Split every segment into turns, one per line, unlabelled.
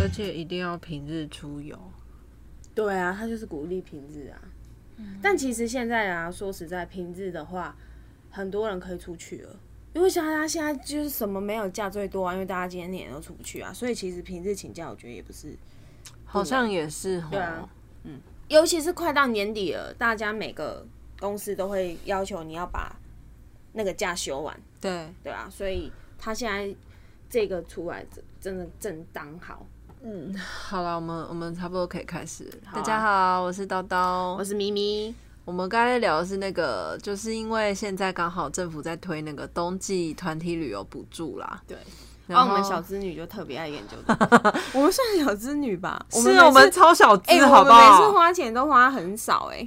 而且一定要平日出游。
对啊，他就是鼓励平日啊。但其实现在啊，说实在，平日的话，很多人可以出去了，因为像他现在就是什么没有假最多啊，因为大家今年都出不去啊，所以其实平日请假，我觉得也不是，
好像也是对
啊尤其是快到年底了，大家每个公司都会要求你要把那个假休完，
对
对啊，所以他现在这个出来真真的正当好。
好了，我们我们差不多可以开始。大家好，啊我是叨叨。
我是咪咪，
我们刚才聊的是那个，就是因为现在刚好政府在推那个冬季团体旅游补助啦。
对，
然
我
后
们小资女就特别爱研究这个， 我们算小资女吧？
是
每次
我们超小资
哎、，
好
我
不
们每次
好？
花钱都花很少哎、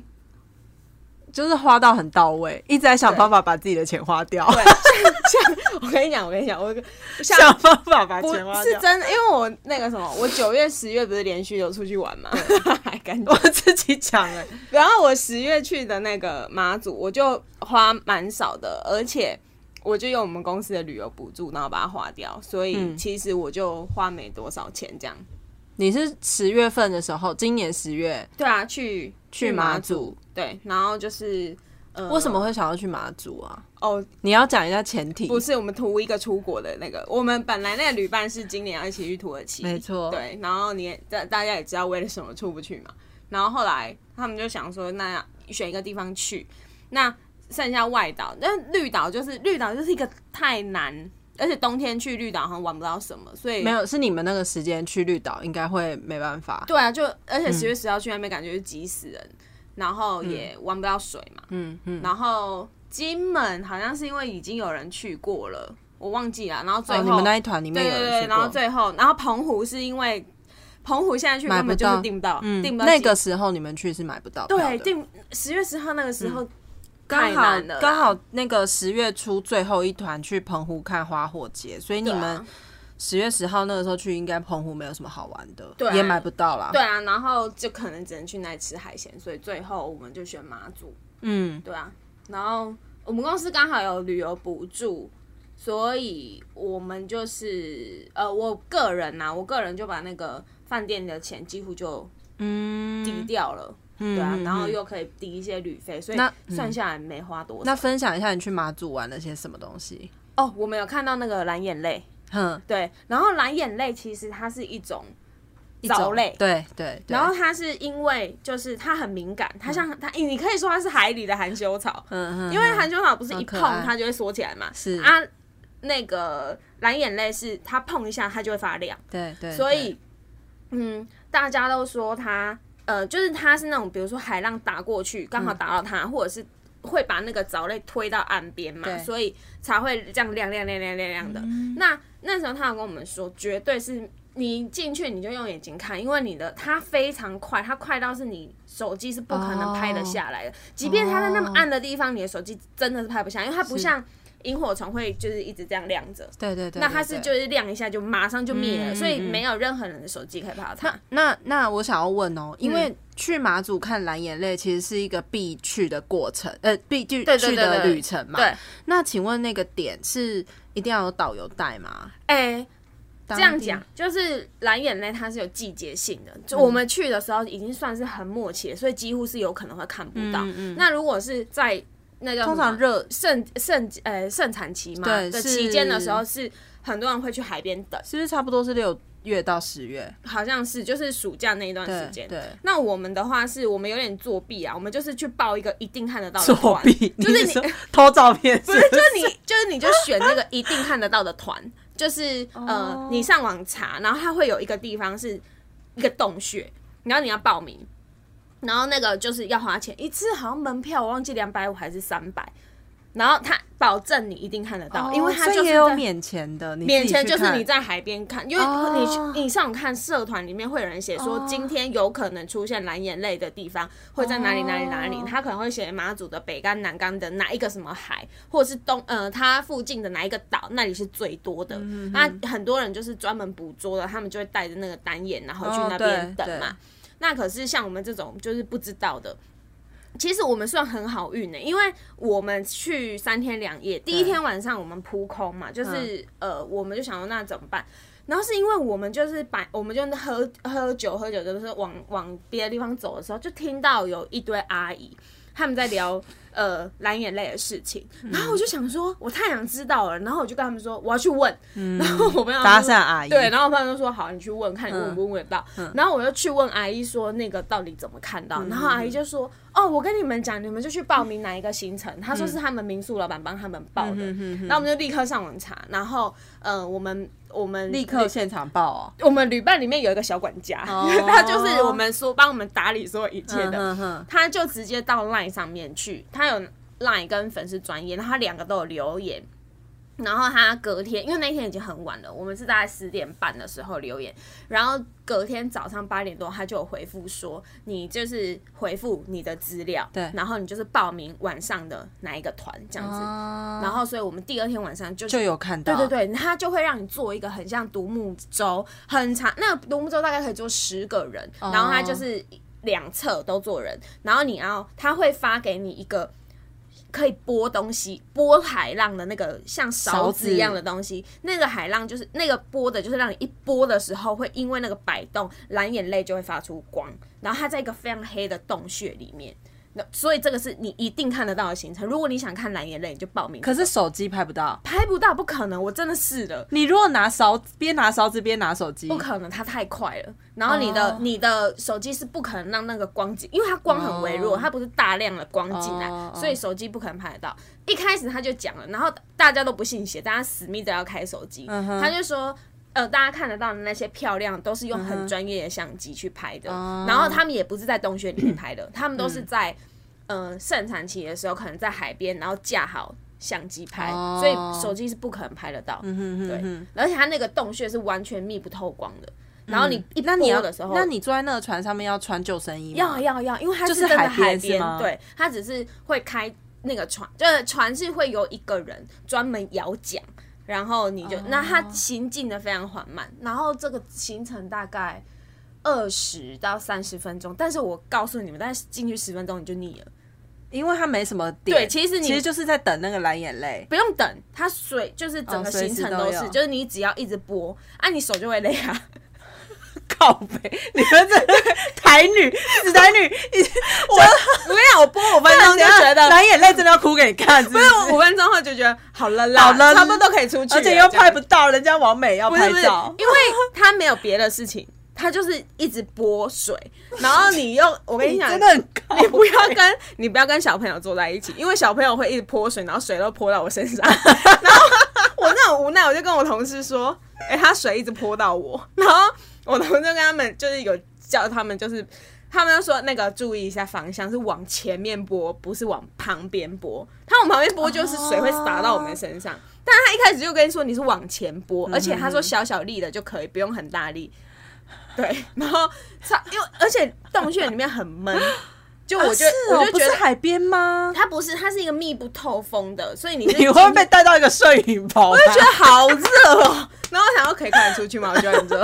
就是花到很到位，一直在想
对
办法把自己的钱花掉，
像我跟你讲，我跟你讲，我有个像
想办法把
不
钱花
是
掉。
真的，因为我那个什么，我九月、十月不是连续有出去玩嘛， 还感觉
我。自己讲哎、
然后我十月去的那个马祖，我就花蛮少的，而且我就用我们公司的旅游补助，然后把它花掉，所以
嗯
其实我就花没多少钱这样。
你是十月份的时候，今年十月
对啊，去
去马祖，
对，然后就是呃，
为什么会想要去马祖啊？
哦？
你要讲一下前提。
不是我们图一个出国的那个，我们本来那个旅伴是今年要一起去土耳其，
没错
对，然后你也大大家也知道为了什么出不去嘛，然后后来他们就想说，那选一个地方去，那剩下外岛，那绿岛就是绿岛就是一个太难，而且冬天去绿岛好像玩不到什么，所以
没有，是你们那个时间去绿岛应该会没办法。
对啊，就而
嗯
且十月十号去那边感觉就急死人，然后也玩不到水嘛，
嗯嗯，
然后金门好像是因为已经有人去过了，我忘记了，然后
哦，
最后、
你们那一团里面
对
有人
对
去
对，
过
然后最后，然后澎湖是因为澎湖现在去
买
根
不
本就
到
是订不到，订、
嗯
不到
那
机
个时候你们去是买不到票的
对订十月十号那个时候
刚
嗯太
好
难了啦，
刚好那个十月初最后一团去澎湖看花火节，所以你
对啊
们十月十号那个时候去，应该澎湖没有什么好玩的，
对啊
也买不到啦。
对，啊，然后就可能只能去那里吃海鲜，所以最后我们就选马祖，
嗯，
对啊，然后我们公司刚好有旅游补助。所以我们就是呃，我个人呐、我个人就把那个饭店的钱几乎就抵掉了，对啊，然后又可以抵一些旅费，所以
嗯那嗯
算下来没花多少。
那分享一下你去马祖玩了些什么东西？嗯
哦，我们有看到那个蓝眼泪，
哼，
对，然后蓝眼泪其实它是一种
一种
藻类，
对对，对
然后它是因为就是它很敏感，它像它，你可以说它是海里的含羞草，
嗯嗯，
因为含羞草不是
好
一
可
碰
爱
它就会缩起来嘛，
是
啊，那个蓝眼泪是它碰一下它就会发亮，
对对，
所
对
以嗯，大家都说它呃，就是它是那种比如说海浪打过去刚
嗯
好打到它，或者是。会把那个藻类推到岸边嘛，
对嗯
所以才会这样亮亮亮亮亮亮的。那那时候他有跟我们说，绝对是你进去你就用眼睛看，因为你的它非常快，它快到是你手机是不可能拍得
哦
下来的。即便它在那么暗的地方，你的手机真的是拍不下，因为它不像萤火虫会就是一直这样亮着。
对对对，
那它
对
是
对
就是亮一下就马上就灭了，
嗯
所以
嗯嗯
没有任何人的手机可以拍到它。
那那我想要问哦，
嗯
因为去马祖看蓝眼泪其实是一个必去的过程，呃，必去
对对对
去的
对
旅程嘛。
对，
那请问那个点是一定要有导游带吗？
哎、
这
这样讲，就是蓝眼泪它是有季节性的，
嗯
就我们去的时候已经算是很默契了，所以几乎是有可能会看不到。
嗯嗯
那如果是在那个
通常热
盛盛呃盛产期嘛
对
的
是
期间的时候，是很多人会去海边等，
是不是差不多是六月到十月
好像是就是暑假那一段
对
时间。
对，
那我们的话是我们有点作弊啊，我们就是去报一个一定看得到的团，就
就是是
你
说偷照片是不
不
是，
是，就是你，就是你就选那个一定看得到的团，就是
哦
呃，你上网查，然后它会有一个地方是一个洞穴，然后你要报名，然后那个就是要花钱，一次好像门票我忘记两百五还是三百，然后它保证你一定看得到，
哦
因为它
所以
就是
也有
在
免钱的，你自己
免钱
去
就是
看
你在海边看，因为
哦
你去、你上网看社团里面会有人写说
哦
今天有可能出现蓝眼泪的地方会在哪里哪里哪里
哦，
他可能会写马祖的北干南干的哪一个什么海，或者是东呃它附近的哪一个岛，那里是最多的。
嗯
那很多人就是专门捕捉的，他们就会带着那个单眼然后去
哦
那边
对
等嘛。
对
那可是像我们这种就是不知道的，其实我们算很好运欸呢、因为我们去三天两夜，第一天晚上我们扑空嘛，就是、
嗯
呃，我们就想说那怎么办？然后是因为我们就是把我们就喝喝酒喝酒，就是往往别的地方走的时候，就听到有一堆阿姨他们在聊 呃蓝眼泪的事情，
嗯
然后我就想说，我太想知道了，然后我就跟他们说我要去问，然后我们要
嗯搭讪阿姨，
对，然后我朋友就说好，你去问
嗯
看你问不问得到。然后我就去问阿姨说那个到底怎么看
嗯
到，然后阿姨就说哦，我跟你们讲，你们就去报名哪一个行程，她说
嗯
是他们民宿老板帮他们报的，然后我们就立刻上网查，然后呃，我们我们
立刻现场报哦。
我们旅伴里面有一个小管家， 他就是我们说帮我们打理所有一切的，
嗯哼，
他就直接到 LINE 上面去，他有 LINE 跟粉丝专业，然后他两个都有留言。然后他隔天，因为那天已经很晚了，我们是大概十点半的时候留言，然后隔天早上八点多他就有回复说，你就是回复你的资料，
对
然后你就是报名晚上的哪一个团这样子，然
然
后所以我们第二天晚上就
就有看到，
对对对，他就会让你做一个很像独木舟，很长。那个独木舟大概可以坐十个人，
哦
然后他就是两侧都坐人，然后你要他会发给你一个。可以拨东西，拨海浪的那个像勺
勺
子
子
一样的东西，那个海浪就是那个拨的，就是让你一拨的时候会因为那个摆动，蓝眼泪就会发出光，然后它在一个非常黑的洞穴里面，那所以这个是你一定看得到的行程。如果你想看蓝眼泪，你就报名这个。
可是手机拍不到。
拍不到，不可能，我真的试了。
你如果拿勺边拿勺子边拿手机，
不可能，它太快了。然后你的、
哦
你的手机是不可能让那个光进，因为它光很微弱，
哦
它不是大量的光进来，
哦哦
所以手机不可能拍得到。一开始他就讲了，然后大家都不信邪，大家死命的要开手机，
嗯哼
他就说。呃，大家看得到的那些漂亮，都是用很专业的相机去拍的。
嗯哦嗯
然后他们也不是在洞穴里面拍的，他们都是在、呃盛产期的时候，可能在海边，然后架好相机拍，
哦嗯
所以手机是不可能拍得到。对，而且它那个洞穴是完全密不透光的。然后你一
嗯那你
拨
要
的时候，
那你坐在那个船上面要啊穿救生衣吗？
要要要，因为它
就是
真的
海边
海
是吗
对，它只是会开那个船，就是船是会有一个人专门摇桨，然后你
哦
就、那它行进的非常缓慢，然后这个行程大概二十到三十分钟，但是我告诉你们，但是进去十分钟你就腻了，
因为它没什么点。
对其实你
其实就是在等那个蓝眼泪。
不用等，它水就是整个
哦随
行
时
程
都
都是，
有
就是你只要一直拨，啊，你手就会累啊。
靠背，你们 这台女、死台 女，一直我我跟你讲，我播五分钟
对我觉得
蓝眼泪真的要哭给你看，是不是？
五分钟后就觉得好了啦，
好了
差不多可以出去了，
而且又拍不
这样
到，人家王美要
不是
拍
不是，
照。
因为他没有别的事情，他就是一直拨水，然后你又我跟你讲，
真的很高，
你不要跟你不要跟小朋友坐在一起，因为小朋友会一直泼水，然后水都泼到我身上。然后我那种无奈，我就跟我同事说：“哎、他水一直泼到我。”然后我同事就跟他们就是有叫他们，就是他们就说那个注意一下方向，是往前面泼，不是往旁边泼。他往旁边泼就是水会洒到我们身上。但他一开始就跟你说你是往前拨，而且他说小小力的就可以，不用很大力。对，然后超因为而且洞穴里面很闷，就我
啊
就是
哦
我就
不
觉
是
得
海边吗？
它不是，它是一个密不透风的，所以你是
你会被带到一个摄影棚？我就
觉得好热 哦。然后我想要可以看得出去吗？我觉得 很热。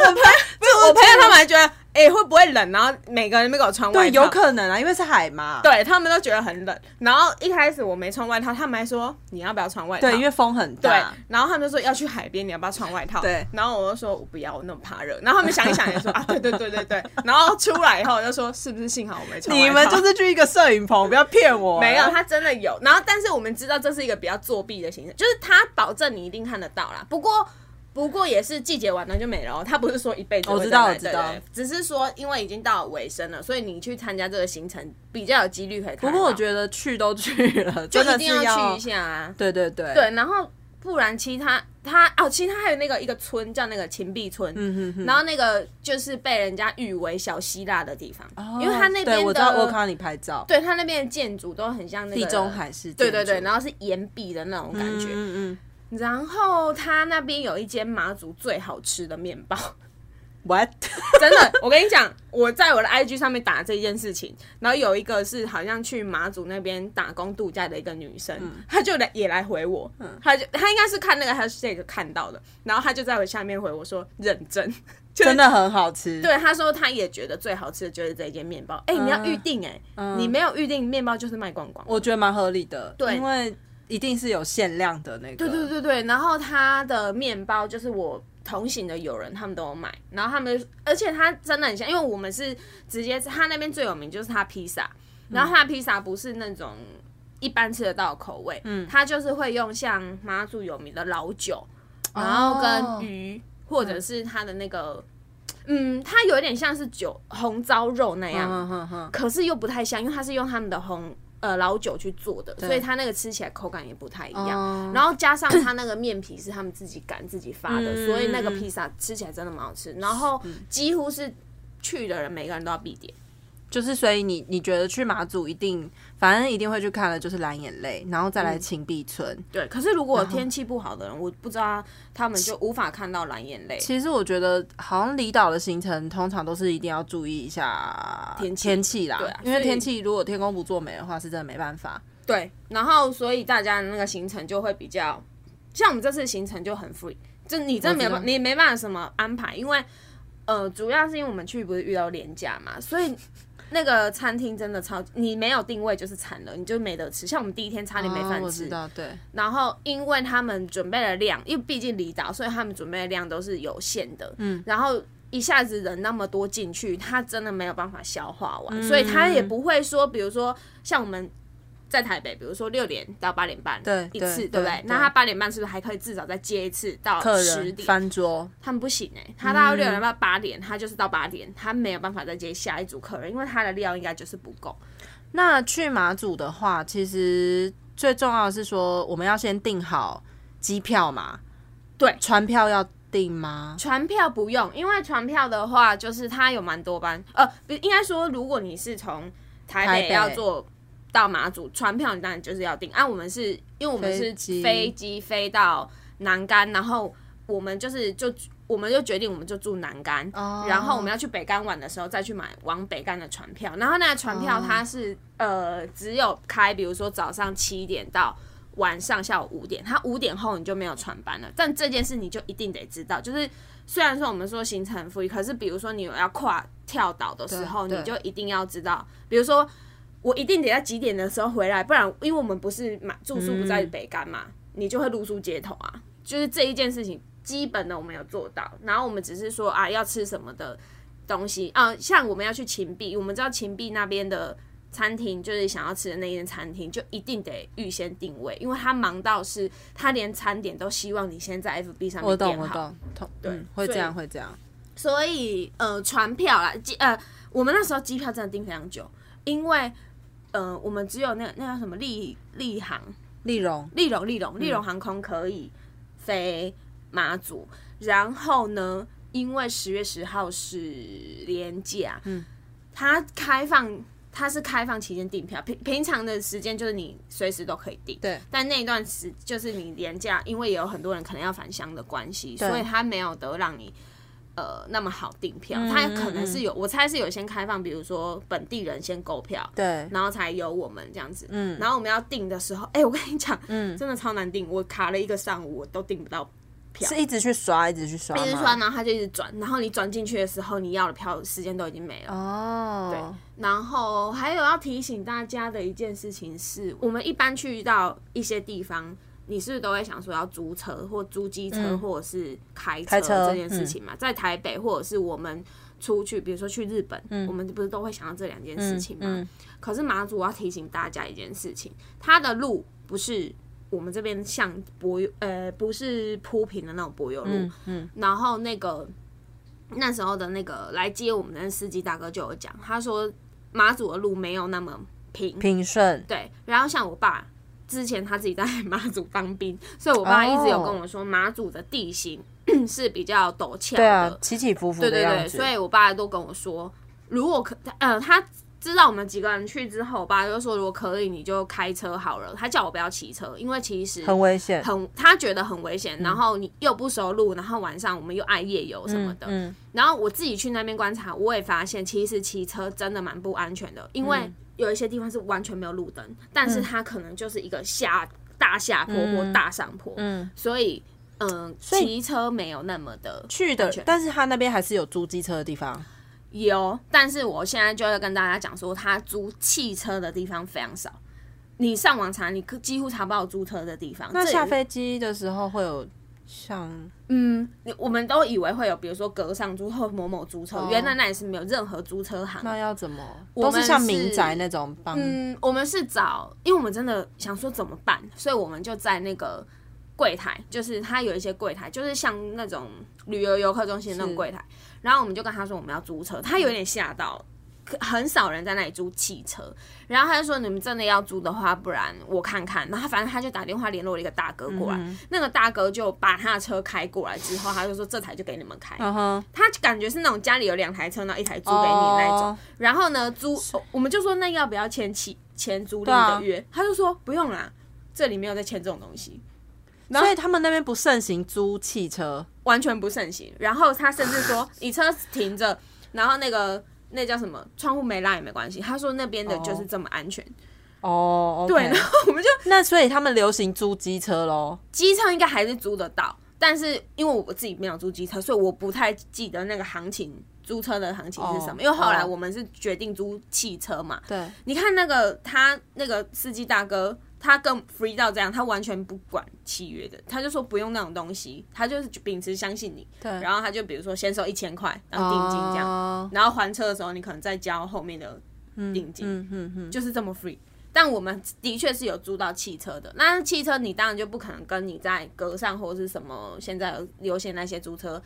得很拍，不是
我朋友他们还觉得，哎、会不会冷？然后每个人都给我穿外
对，
套，
有可能啊，因为是海嘛。
对他们都觉得很冷。然后一开始我没穿外套，他们还说你要不要穿外套？
对，因为风很
对
大。，
然后他们就说要去海边，你要不要穿外套？
对
然后我就说我不要，我那么怕热。然后他们想一想也说啊，对对对对对。然后出来以后我就说是不是幸好我没穿外套？
你们就是去一个摄影棚，不要骗我。
没有，他真的有。然后，但是我们知道这是一个比较作弊的行程，就是他保证你一定看得到啦。不过，不过也是季节完了就没了哦。他不是说一辈子会
我知道
再来
我知道
对对对只是说因为已经到尾声了，所以你去参加这个行程比较有几率可以看
不
得到。
过我觉得去都去 了，
就
真的
一
是
定要去一下啊。
对对对，
对，然后不然其他他哦，其他还有那个一个村叫那个秦壁村，
嗯
然后那个就是被人家誉为小希腊的地方，
哦
因为他那
对
边的
我知道，我有看到你拍照，
对他那边的建筑都很像那个
地中海式建
对
筑，
对对，然后是岩壁的那种感觉。
嗯嗯嗯，
然后他那边有一间马祖最好吃的面包，
what？
真的，我跟你讲，我在我的 IG 上面打这件事情，然后有一个是好像去马祖那边打工度假的一个女生，她就来也来回我，她就她应该是看那个 hashtag 看到的，然后她就在我下面回我说认真，
真的很好吃。
对，他说他也觉得最好吃的就是这一间面包。哎、你要预定哎、你没有预定面包就是卖光光。
我觉得蛮合理的，
对
因为一定是有限量的那个。
对对对对，然后他的面包就是我同行的友人他们都有买，然后他们就而且他真的很像，因为我们是直接他那边最有名就是他披萨，
嗯
然后他的披萨不是那种一般吃得到的口味，嗯，他就是会用像妈祖有名的老酒，
哦，嗯
然后跟鱼、或者是他的那个。嗯，它有点像是酒红糟肉那样，
嗯哼哼，
可是又不太像，因为它是用他们的红呃老酒去做的，所以它那个吃起来口感也不太一样。
哦
然后加上它那个面皮是他们自己擀自己发的，所以那个披萨吃起来真的蛮好吃。然后几乎是去的人每个人都要必点，
就是所以你你觉得去马祖一定，反正一定会去看的，就是蓝眼泪，然后再
嗯
来秦壁村。
对。可是如果天气不好的人，我不知道他们就无法看到蓝眼泪。
其实我觉得，好像离岛的行程通常都是一定要注意一下
天气
天气啦，
对啊
因为
所以
天气如果天公不作美的话，是真的没办法。
对，然后所以大家的那个行程就会比较，像我们这次行程就很 free，就你真的没有办
我知道
你没办法什么安排，因为呃，主要是因为我们去不是遇到廉价嘛，所以那个餐厅真的超，你没有定位就是惨了，你就没得吃。像我们第一天差点没
啊
饭
我
吃，
知道，对，
然后因为他们准备的量，因为毕竟离岛，所以他们准备的量都是有限的。嗯，然后一下子人那么多进去，他真的没有办法消化完，
嗯
所以他也不会说，比如说像我们。在台北，比如说六点到八点半，
对
一
对
次，
对
对不对
对？
那他八点半是不是还可以至少再接一次到
客
十
人嗯
点？
翻桌，
他们不行哎、他到六点半八点，他就是到八点，他没有办法再接下一组客人，因为他的料应该就是不够。
那去马祖的话，其实最重要的是说，我们要先订好机票嘛。
对
船票要订吗？
船票不用，因为船票的话，就是它有蛮多班，呃，不应该说，如果你是从台
台
北
北
要坐到马祖，船票你当然就是要订。啊，我们是因为我们
飞
是
机
飞机飞到南竿，然后我们就是就我们就决定我们就住南竿
哦
然后我们要去北竿玩的时候再去买往北竿的船票。然后那个船票它是、呃只有开，比如说早上七点到晚上下午五点，他五点后你就没有船班了。但这件事你就一定得知道，就是虽然说我们说行程很富裕，可是比如说你有要跨跳岛的时候，
对
你
对
就一定要知道，比如说我一定得在几点的时候回来，不然因为我们不是买住宿不在
嗯
北干嘛，你就会露宿街头啊。就是这一件事情基本的我们有做到，然后我们只是说啊要吃什么的东西啊，像我们要去秦壁，我们知道秦壁那边的餐厅就是想要吃的那间餐厅，就一定得预先定位，因为他忙到是他连餐点都希望你先在 FB 上
我
面
懂，
点
我
好，
懂，懂，嗯，会
所以
这样，会这样。
所以呃船票啦，机呃我们那时候机票真的订非常久，因为呃我们只有那那叫什么立立航
丽蓉，
丽荣丽
嗯
荣丽荣航空可以飞马祖，然后呢，因为十月十号是连假，嗯，它开放它是开放期间订票，平平常的时间就是你随时都可以订，
对，
但那一段时就是你连假，因为也有很多人可能要返乡的关系，
对
所以他没有得让你。呃，那么好订票，
嗯
他可能是有，我猜是有先开放，比如说本地人先购票，
对，
然后才有我们这样子。嗯，然后我们要订的时候，哎、我跟你讲，嗯，真的超难订，我卡了一个上午，我都订不到。
是一直去刷，一直去刷吗，
一直刷，然后他就一直转，然后你转进去的时候，你要的票时间都已经没了。
哦，
然后还有要提醒大家的一件事情是，我们一般去到一些地方，你是不是都会想说要租车或租机车，或者是嗯开车嗯
开车
这件事情嘛？在台北或者是我们出去，比如说去日本，我们不是都会想到这两件事情吗？
嗯嗯嗯
可是马祖我要提醒大家一件事情，它的路不是。我们这边像柏油，呃，不是铺平的那种柏油路，
嗯嗯，
然后那个那时候的那个来接我们的司机大哥就有讲，他说马祖的路没有那么平，
平顺，
对。然后像我爸之前他自己在马祖当兵，所以我爸一直
哦
有跟我说，马祖的地形 是比较陡峭
对啊
的，，
起起伏伏
对
的
对
样
对，
子，
所以我爸都跟我说，如果可，呃，他知道我们几个人去之后，我爸就说如果可以你就开车好了，他叫我不要骑车，因为其实
很危险，嗯
很他觉得很危险，然后你又不熟路，然后晚上我们又爱夜游什么的。
嗯，
然后我自己去那边观察，我也发现其实骑车真的蛮不安全的，因
嗯
为有一些地方是完全没有路灯，但是它可能就是一个下大下坡或大上坡，
嗯
所以嗯，
以
骑车没有那么的
去
安
的
全，
但是他那边还是有租机车的地方。
有，但是我现在就要跟大家讲说，他租汽车的地方非常少。你上网查，你可几乎查不到租车的地方。
那
这
下飞机的时候会有像
嗯，你我们都以为会有，比如说隔上租或某某租车，原来那也是没有任何租车行。
哦那要怎么？
我
都
们
是像民宅那种帮。
嗯，我们是找，因为我们真的想说怎么办，所以我们就在那个柜台，就是它有一些柜台，就是像那种旅游游客中心的那种
是
柜台，然后我们就跟他说我们要租车，他有点吓到。可很少人在那里租汽车，然后他就说：“你们真的要租的话，不然我看看。”然后反正他就打电话联络了一个大哥过来，
嗯
那个大哥就把他的车开过来之后，他就说：“这台就给你们开。
嗯哼，
他感觉是那种家里有两台车，然后一台租给你那种。
哦
然后呢，租、哦我们就说那要不要签契签租赁的约？他就说不用啦，这里没有在签这种东西，
所以他们那边不盛行租汽车，
完全不盛行。然后他甚至说你车停着，然后那个那叫什么窗户没拉也没关系。他说那边的就是这么安全。
哦，
对，然后我们就
那所以他们流行租机车喽。
机车应该还是租得到，但是因为我自己没有租机车，所以我不太记得那个行情。租车的行情是什么
哦
因为后来
哦
我们是决定租汽车嘛，
对，
你看那个他那个司机大哥，他更 free 到这样，他完全不管契约的，他就说不用那种东西，他就是秉持相信你。
对
然后他就比如说先收一千块当定金这样，
哦
然后还车的时候你可能再交后面的定金，
嗯嗯嗯，
就是这么 free。但我们的确是有租到汽车的，那汽车你当然就不可能跟你在格上或是什么现在有流行那些租车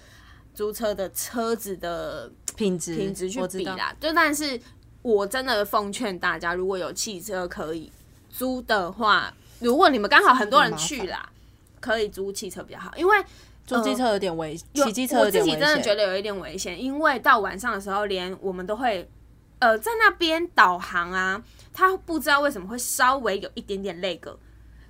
租车的车子的
品质
品质去
我知
比
道
啦。就但是我真的奉劝大家，如果有汽车可以租的话，如果你们刚好很多人去啦，可以租汽车比较好，因为
租机车有点危，嗯骑机车
我
有
自
点
己
危
真的
险。
觉得有一点危险，因为到晚上的时候，连我们都会。呃，在那边导航啊，他不知道为什么会稍微有一点点那个，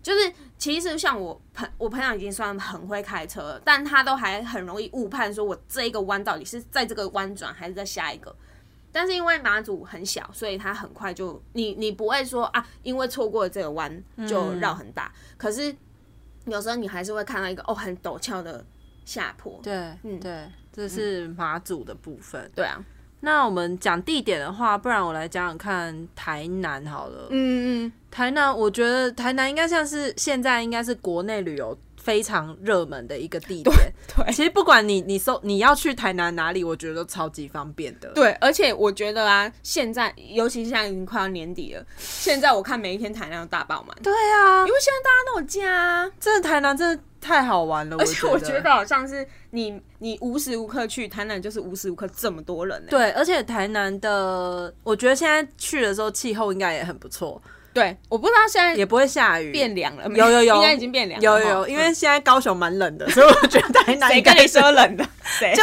就是其实像我朋我朋友已经算很会开车了，但他都还很容易误判，说我这一个弯到底是在这个弯转还是在下一个。但是因为马祖很小，所以他很快就你你不会说啊，因为错过了这个弯
嗯
就绕很大。可是有时候你还是会看到一个哦很陡峭的下坡。
对，
嗯
对，这是马祖的部分。
对啊，
那我们讲地点的话，不然我来讲讲看台南好了。
嗯嗯
台南，我觉得台南应该像是现在应该是国内旅游非常热门的一个地点。
对
其实不管你你搜你要去台南哪里，我觉得都超级方便的。
对，而且我觉得啊，现在尤其现在已经快要年底了，现在我看每一天台南都大爆满，
对啊
因，为现在大家都有家、啊，
真的台南真的太好玩了，
而且
我
我觉得好像是你你无时无刻去台南，就是无时无刻这么多人呢、欸
对，而且台南的，我觉得现在去的时候气候应该也很不错，
对，我不知道现在
也不会下雨。
变凉了没，
有有有
应该已经变凉了
有
哈，
有有，因为现在高雄蛮冷的，所以我觉得台南
谁
应
跟
该
你说冷的？谁
就是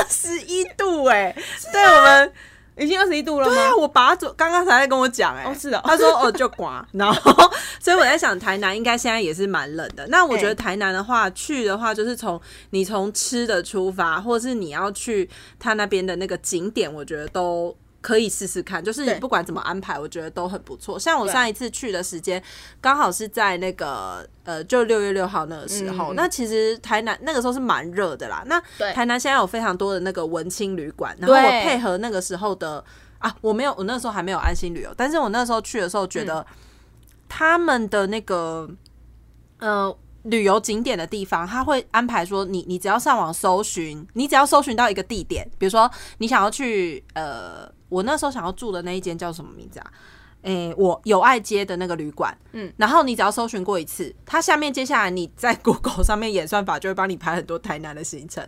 二十一度哎、对我们
已经二十一度了
对
吗
啊，？我爸昨刚刚才在跟我讲哎、
哦是哦
他说哦就刮，然后所以我在想台南应该现在也是蛮冷的。那我觉
哎
得台南的话，去的话就是从你从吃的出发，或是你要去他那边的那个景点，我觉得都。可以试试看，就是你
对
不管怎么安排，我觉得都很不错。像我
对
上一次去的时间，刚好是在那个呃，就六月六号那个时候。
嗯
那其实台南那个时候是蛮热的啦。那
对
台南现在有非常多的那个文青旅馆，然后
对
我配合那个时候的啊，我没有，我那时候还没有安心旅游，但是我那时候去的时候觉
嗯
得他们的那个、呃旅游景点的地方，他会安排说你你只要上网搜寻，你只要搜寻到一个地点，比如说你想要去呃，我那时候想要住的那一间叫什么名字啊？诶、我友爱街的那个旅馆，
嗯
嗯，然后你只要搜寻过一次，它下面接下来你在 Google 上面演算法就会帮你排很多台南的行 程，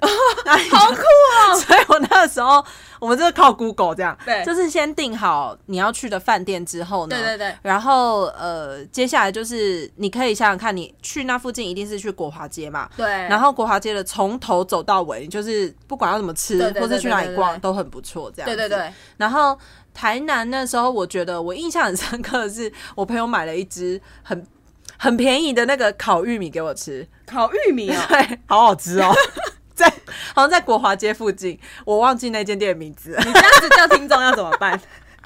好酷哦！ 所以我那个时候我们就是靠 Google 这样，
啊对
就是先定好你要去的饭店之后呢，
对对对，
然后呃，接下来就是你可以想想看，你去那附近一定是去国华街嘛，
对，
然后国华街的从头走到尾，就是不管要怎么吃
对对对
或是去哪
对对
里
对
逛都很不错，这样
对
子
对对，
然后台南那时候，我觉得我印象很深刻的是，我朋友买了一只很很便宜的那个烤玉米给我吃，
烤玉米哦，
对，好好吃哦， 在好像在国华街附近，我忘记那间店的名字了。
你 这样子叫听众要怎么办？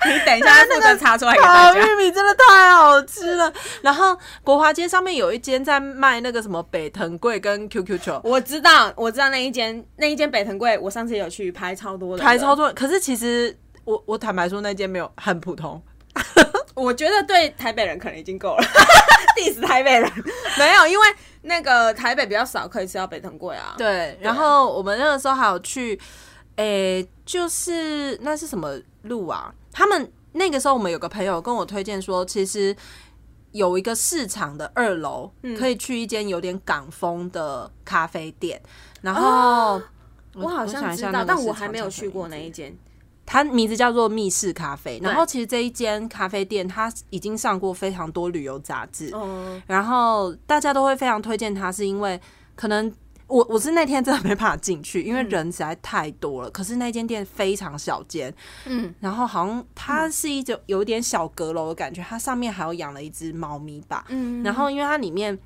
你等一下，
那
负
个
责查出来给大
烤
家。
玉米真的太好吃了。然后国华街上面有一间在卖那个什么北藤贵跟 QQ 球，
我知道，我知道那一间那一间北藤贵，我上次有去拍超多人的，
排超多人。可是其实我我坦白说，那间没有很普通，
我觉得对台北人可能已经够了 ，diss 台北人没有，因为那个台北比较少可以吃到北藤贵啊。，
对，然后我们那个时候还有去，诶、就是那是什么路啊？他们那个时候我们有个朋友跟我推荐说，其实有一个市场的二楼、可以去一间有点港风的咖啡店，然后。
我好像
想一
知
下那
道，
个
但
市
我
场
还没
叫
有
什
去
么
过
名
那
字
一间。
它名字叫做密室咖啡。然后其实这一间咖啡店，它已经上过非常多旅游杂志，
哦，
然后大家都会非常推荐它，是因为可能我我是那天真的没办法进去，因为
嗯
人实在太多了。可是那间店非常小间，
嗯，
然后好像它是一种有点小阁楼的感觉，它上面还有养了一只猫咪吧。
嗯
然后因为它里面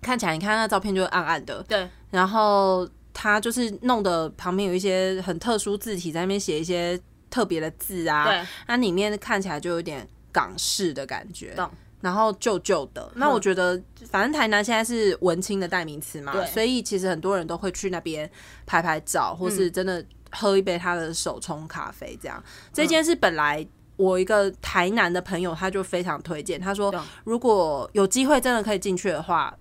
看起来，你看那照片就是暗暗的，
对，
然后他就是弄的旁边有一些很特殊字体，在那边写一些特别的字啊
对，
那里面看起来就有点港式的感觉
懂，嗯
然后旧旧的。那我觉得，反正台南现在是文青的代名词嘛，
对
所以其实很多人都会去那边拍拍照，或
嗯
是真的喝一杯他的手冲咖啡这样。这件事本来。我一个台南的朋友，他就非常推荐，他说
懂
如果有机会真的可以进去的话，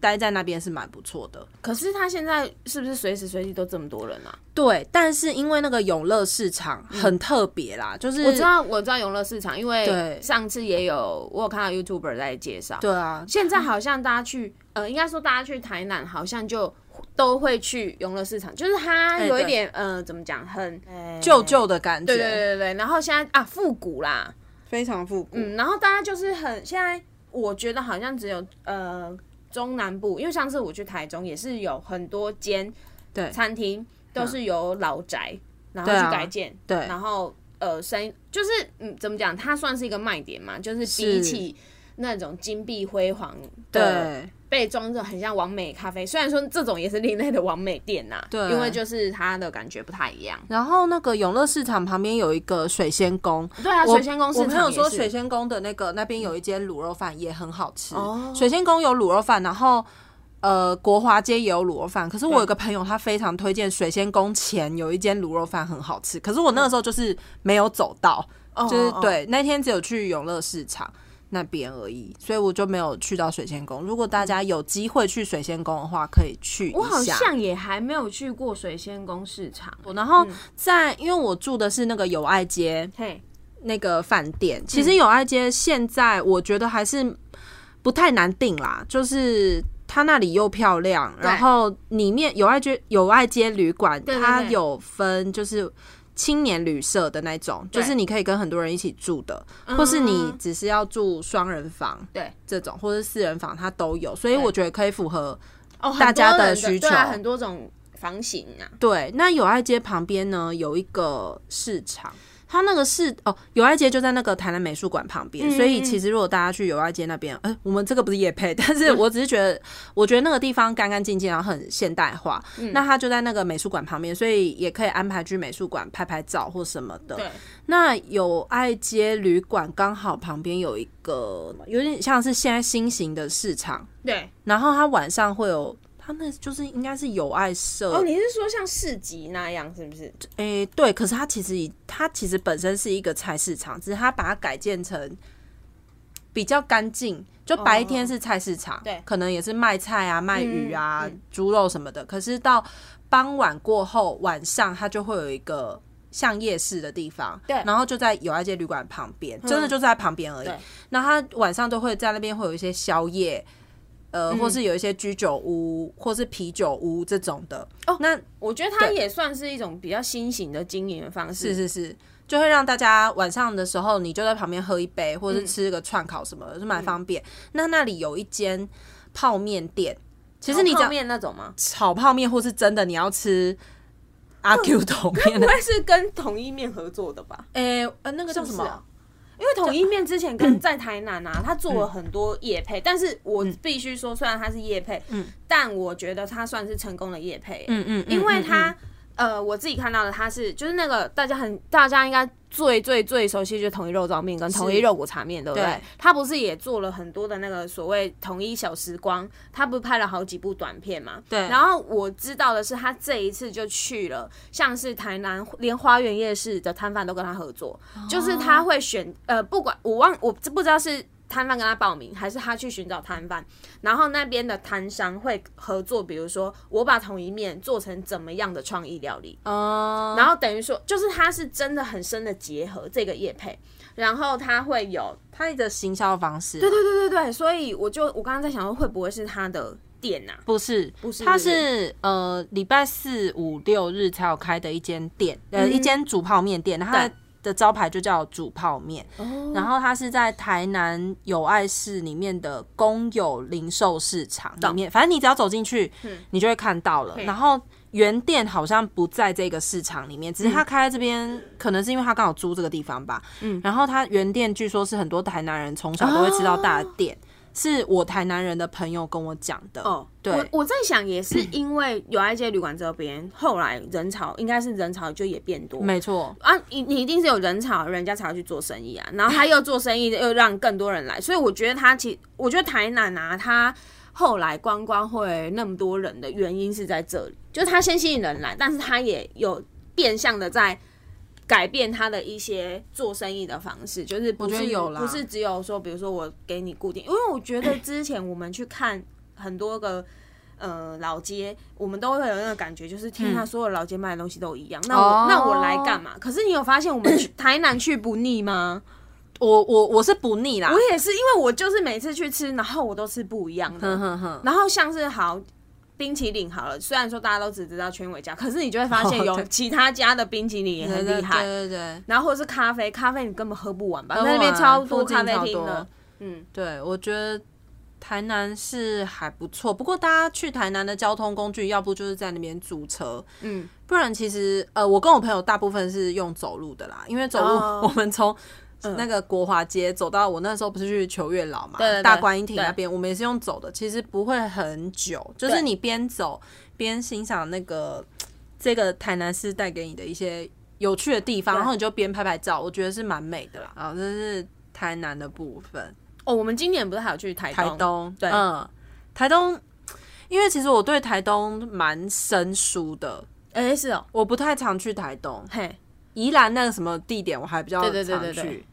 待在那边是蛮不错的。
可是他现在是不是随时随地都这么多人啊？
对，但是因为那个永乐市场很特别啦，就是
嗯我知道，我知道永乐市场，因为
对
上次也有我有看到 YouTuber 在介绍，
对啊，
现在好像大家去，呃，应该说大家去台南，好像就都会去永乐市场，就是它
哎
有
对
一
哎
点，呃，怎么讲，很
旧旧的感觉，
对对对对对。然后现在啊，复古啦，
非常复古。
嗯，然后大家就是很现在，我觉得好像只有呃中南部，因为上次我去台中也是有很多间
对
餐厅都是由老宅然后
对啊
去改建，
对
然后呃生就是嗯怎么讲，它算是一个卖点嘛，就是比
是
起那种金碧辉煌的
对
被装着很像完美咖啡，虽然说这种也是另类的完美店呐、
对
因为就是它的感觉不太一样。
然后那个永乐市场旁边有一个水仙宫，
对啊，
我
水仙公司
我朋友说水仙宫的那个那边有一间卤肉饭也很好吃，
哦
水仙宫有卤肉饭，然后。呃，国华街也有卤肉饭，可是我有个朋友，他非常推荐水仙宫前有一间卤肉饭很好吃，可是我那
嗯
个时候就是没有走到，就是
哦哦
对那天只有去永乐市场那边而已，所以我就没有去到水仙宫。如果大家有机会去水仙宫的话，可以去一下。
我好像也还没有去过水仙宫市场。
然后在，因为我住的是那个友爱街，
嘿，
那个饭店。其实友爱街现在我觉得还是不太难订啦，就是它那里又漂亮，
对
然后里面友爱街友爱街旅馆，
对对
它
对
有分就是。青年旅社的那种，
对
就是你可以跟很多人一起住的，或是你只是要住双人房
嗯对
这种，或是四人房，它都有，所以
对
我觉得可以符合
哦，很
大家
多
的
人
需
对啊
求
很多种房型啊。
对，那友爱街旁边呢有一个市场，它那个市哦，友爱街就在那个台南美术馆旁
嗯
边，所以其实如果大家去友爱街那边，哎、我们这个不是夜配， 但是我只是觉得，我觉得那个地方干干净净，然后很现代化。
嗯
那它就在那个美术馆旁边，所以也可以安排去美术馆拍拍照或什么的。
对，
那友爱街旅馆刚好旁边有一个有点像是现在新型的市场，
对，
然后它晚上会有。它那就是应该是友爱社
哦，你是说像市集那样是不是？
诶、对，可是它其实以它其实本身是一个菜市场，只是它把它改建成比较干净，就白天是菜市场，
哦对
可能也是卖菜啊、卖鱼啊
嗯嗯、
猪、肉什么的。可是到傍晚过后，晚上它就会有一个像夜市的地方，
对嗯
然后就在友爱街旅馆旁边，真的就在旁边而已
对。
那它晚上都会在那边会有一些宵夜。呃，
嗯
或是有一些居酒屋，或是啤酒屋这种的哦。那
我觉得它也算是一种比较新型的经营方式。
是是是，就会让大家晚上的时候，你就在旁边喝一杯，或者是吃个串烤什么的，就蛮方便。那那里有一间泡面店，其
其
实你
泡
讲
面那种吗？
炒泡面，或是真的你要吃阿 Q 桶面
不
的，
会是跟统一面合作的吧？
诶、呃，那个叫
是
什
不
么？
是啊因为统一面之前跟在台南
嗯
啊，他做了很多夜配，但是我必须说，虽然他是夜配，但我觉得他算是成功的夜配、
嗯嗯嗯，嗯
因为
嗯
他、呃，我自己看到的他是就是那个大家很大家应该最最最熟悉就是统一肉燥面跟统一
是
肉骨茶面，对不
对
对？他不是也做了很多的那个所谓统一小时光，他不是拍了好几部短片嘛？
对
然后我知道的是，他这一次就去了，像是台南连花园夜市的摊贩都跟他合作，就是他会选呃，不管我忘我不知道是。摊贩跟他报名，还是他去寻找摊贩，然后那边的摊商会合作，比如说我把统一面做成怎么样的创意料理，
哦，
然后等于说，就是它是真的很深的结合这个业配，然后它会有，
他的行销方式，
啊对对对对对，所以我就我刚刚在想说，会不会是它的店呐、啊？
不是，不
是
它是呃礼拜四、五、六日才有开的一间店，呃，一间煮泡面店，然后它
嗯对
的招牌就叫煮泡面。
哦，
然后它是在台南友爱市里面的公有零售市场里面，反正你只要走进去，
嗯
你就会看到了。然后原店好像不在这个市场里面，只是
嗯
它开在这边，可能是因为它刚好租这个地方吧。嗯，然后它原店据说是很多台南人从小都会吃到大的店，是我台南人的朋友跟我讲的。
哦，我
对，
我在想也是因为友爱街旅馆这边后来人潮应该是人潮就也变多，
没错，
啊，你你一定是有人潮，人家才要去做生意啊。然后他又做生意，又让更多人来，所以我觉得他其我觉得台南啊，他后来观光会那么多人的原因是在这里，就是他先吸引人来，但是他也有变相的在。改变他的一些做生意的方式，就是不
我觉
是
得有啦
不是只有说，比如说我给你固定，因为我觉得之前我们去看很多个呃老街，我们都会有那个感觉，就是天啊，所有老街卖的东西都一样，那我、
嗯哦
那我来干嘛？可是你有发现我们去 台南去不腻吗？
我我我是不腻啦
我。也是，因为我就是每次去吃，然后我都吃不一样
哼
的。
哼哼，
然后像是好冰淇淋好了，虽然说大家都只知道圈尾家，可是你就会发现
哦
有
对
其他家的冰淇淋也很厉
对
害。
对对对。
然后或者是咖啡，咖啡你根本喝不完吧？
喝不
那边
完
超
附
多
近
咖啡
超
厅的
多，
嗯，
对，我觉得台南是还不错，不过大家去台南的交通工具，要不就是在那边租车，
嗯，
不然其实呃，我跟我朋友大部分是用走路的啦，因为走路、
哦
我
嗯
们从。那个国华街走到我那时候不是去求月老嘛，
对对对
大观音亭
对
那边，我们也是用走的，其实不会很久，就是
对
你边走边欣赏那个这个台南市带给你的一些有趣的地方，
对哦
然后你就边拍拍照，我觉得是蛮美的啦。啊，这是台南的部分。
哦，我们今年不是还有去台
台
东？
东，
对
嗯，台东，因为其实我对台东蛮生疏的，
哎，是哦，
我不太常去台东，
嘿，
宜兰那个什么地点我还比较常
对
去，
对对对对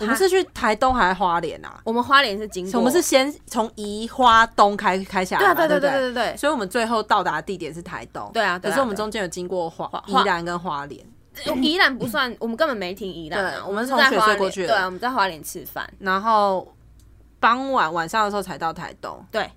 我们是去台东还是花莲啊？
我们花莲是经过，
我们是先从宜花东开开下
对
来
啊，
嘛，对
对对
不
对对对对，
所以我们最后到达的地点是台东，
对啊对
可
啊
是我们
对啊
中间有经过花宜
花
兰跟花莲，
宜兰不算，我们根本没停宜兰啊、
对
我们是
我们
在
从雪隧
花莲
过去的
对啊，我们在花莲吃饭，
然后傍晚晚上的时候才到台东，
对，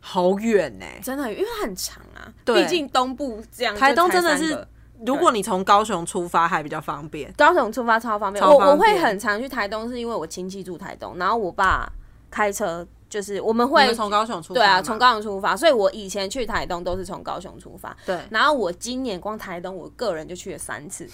好远欸呢、
真的，因为它很长啊，
对
毕竟东部这样，
台东
就才
真的
三
是
个。
如果你从高雄出发还比较方便，
高雄出发超方便，
超
我
方
我会
便
很常去台东，是因为我亲戚住台东，然后我爸开车，就是我们
你
会
们从高雄出发
对啊，
嘛
从高雄出发，所以我以前去台东都是从高雄出发，
对
然后我今年光台东，我个人就去了三次，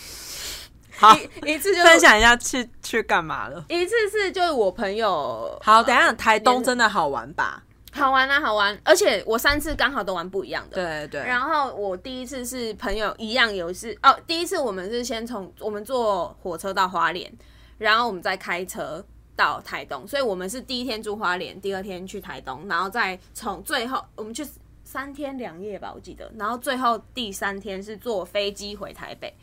好
一次就是
分享 一下去去干嘛了。
一次是就是我朋友
好，等一下台东真的好玩吧？
好玩啊好玩，而且我三次刚好都玩不一样的，
对对，
然后我第一次是朋友一样有是哦，第一次我们是先从我们坐火车到花莲，然后我们再开车到台东，所以我们是第一天住花莲，第二天去台东，然后再从最后我们去三天两夜吧，我记得，然后最后第三天是坐飞机回台北。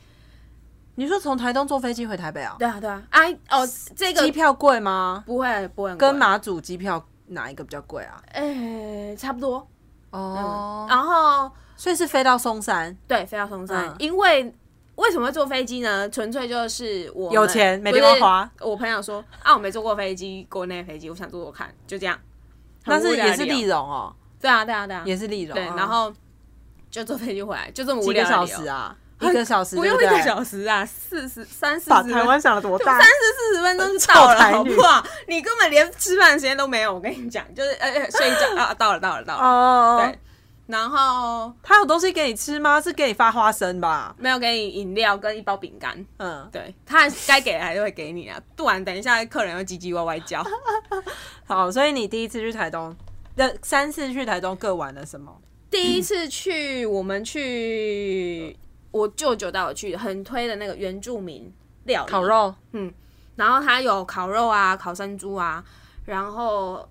你说从台东坐飞机回台北啊？
对啊对啊，哎、哦，
机
这个
票贵吗？
不会不会很贵
跟马祖机票哪一个比较贵啊？
哎、差不多，
哦，
然后。
所以是飞到松山，
啊对，飞到松山，
嗯
因为为什么会坐飞机呢？纯粹就是我们
有钱没地
不是
方花
我朋友说啊，我没坐过飞机，国内飞机，我想坐坐看，就这样。
但
很
是
无聊的
也是
理由
丽蓉哦，
对啊，对啊，对啊，
也是丽蓉。
对，
嗯
然后就坐飞机回来，就这么无
几
聊
个
的
小
理由
时，啊，一个小时
不用一
对
个
对
小时啊，四十三四
把
十
台湾想的多大？
四十分钟就到 了，
臭台
好
女
不好？你根本连吃饭的时间都没有，我跟你讲，就是呃呃睡觉啊，到了到了到了，
哦
对，，然后
他有东西给你吃吗？是给你发花生吧？
没有给你饮料跟一包饼干，
嗯，
对他该给的还是会给你啊，不然等一下客人又唧唧歪歪叫。
好，哦所以你第一次去台东，那三次去台东各玩了什么？
第一次去，我们去我舅舅带我去，很推的那个原住民料理，
烤肉，
嗯然后它有烤肉啊、烤山猪啊，然后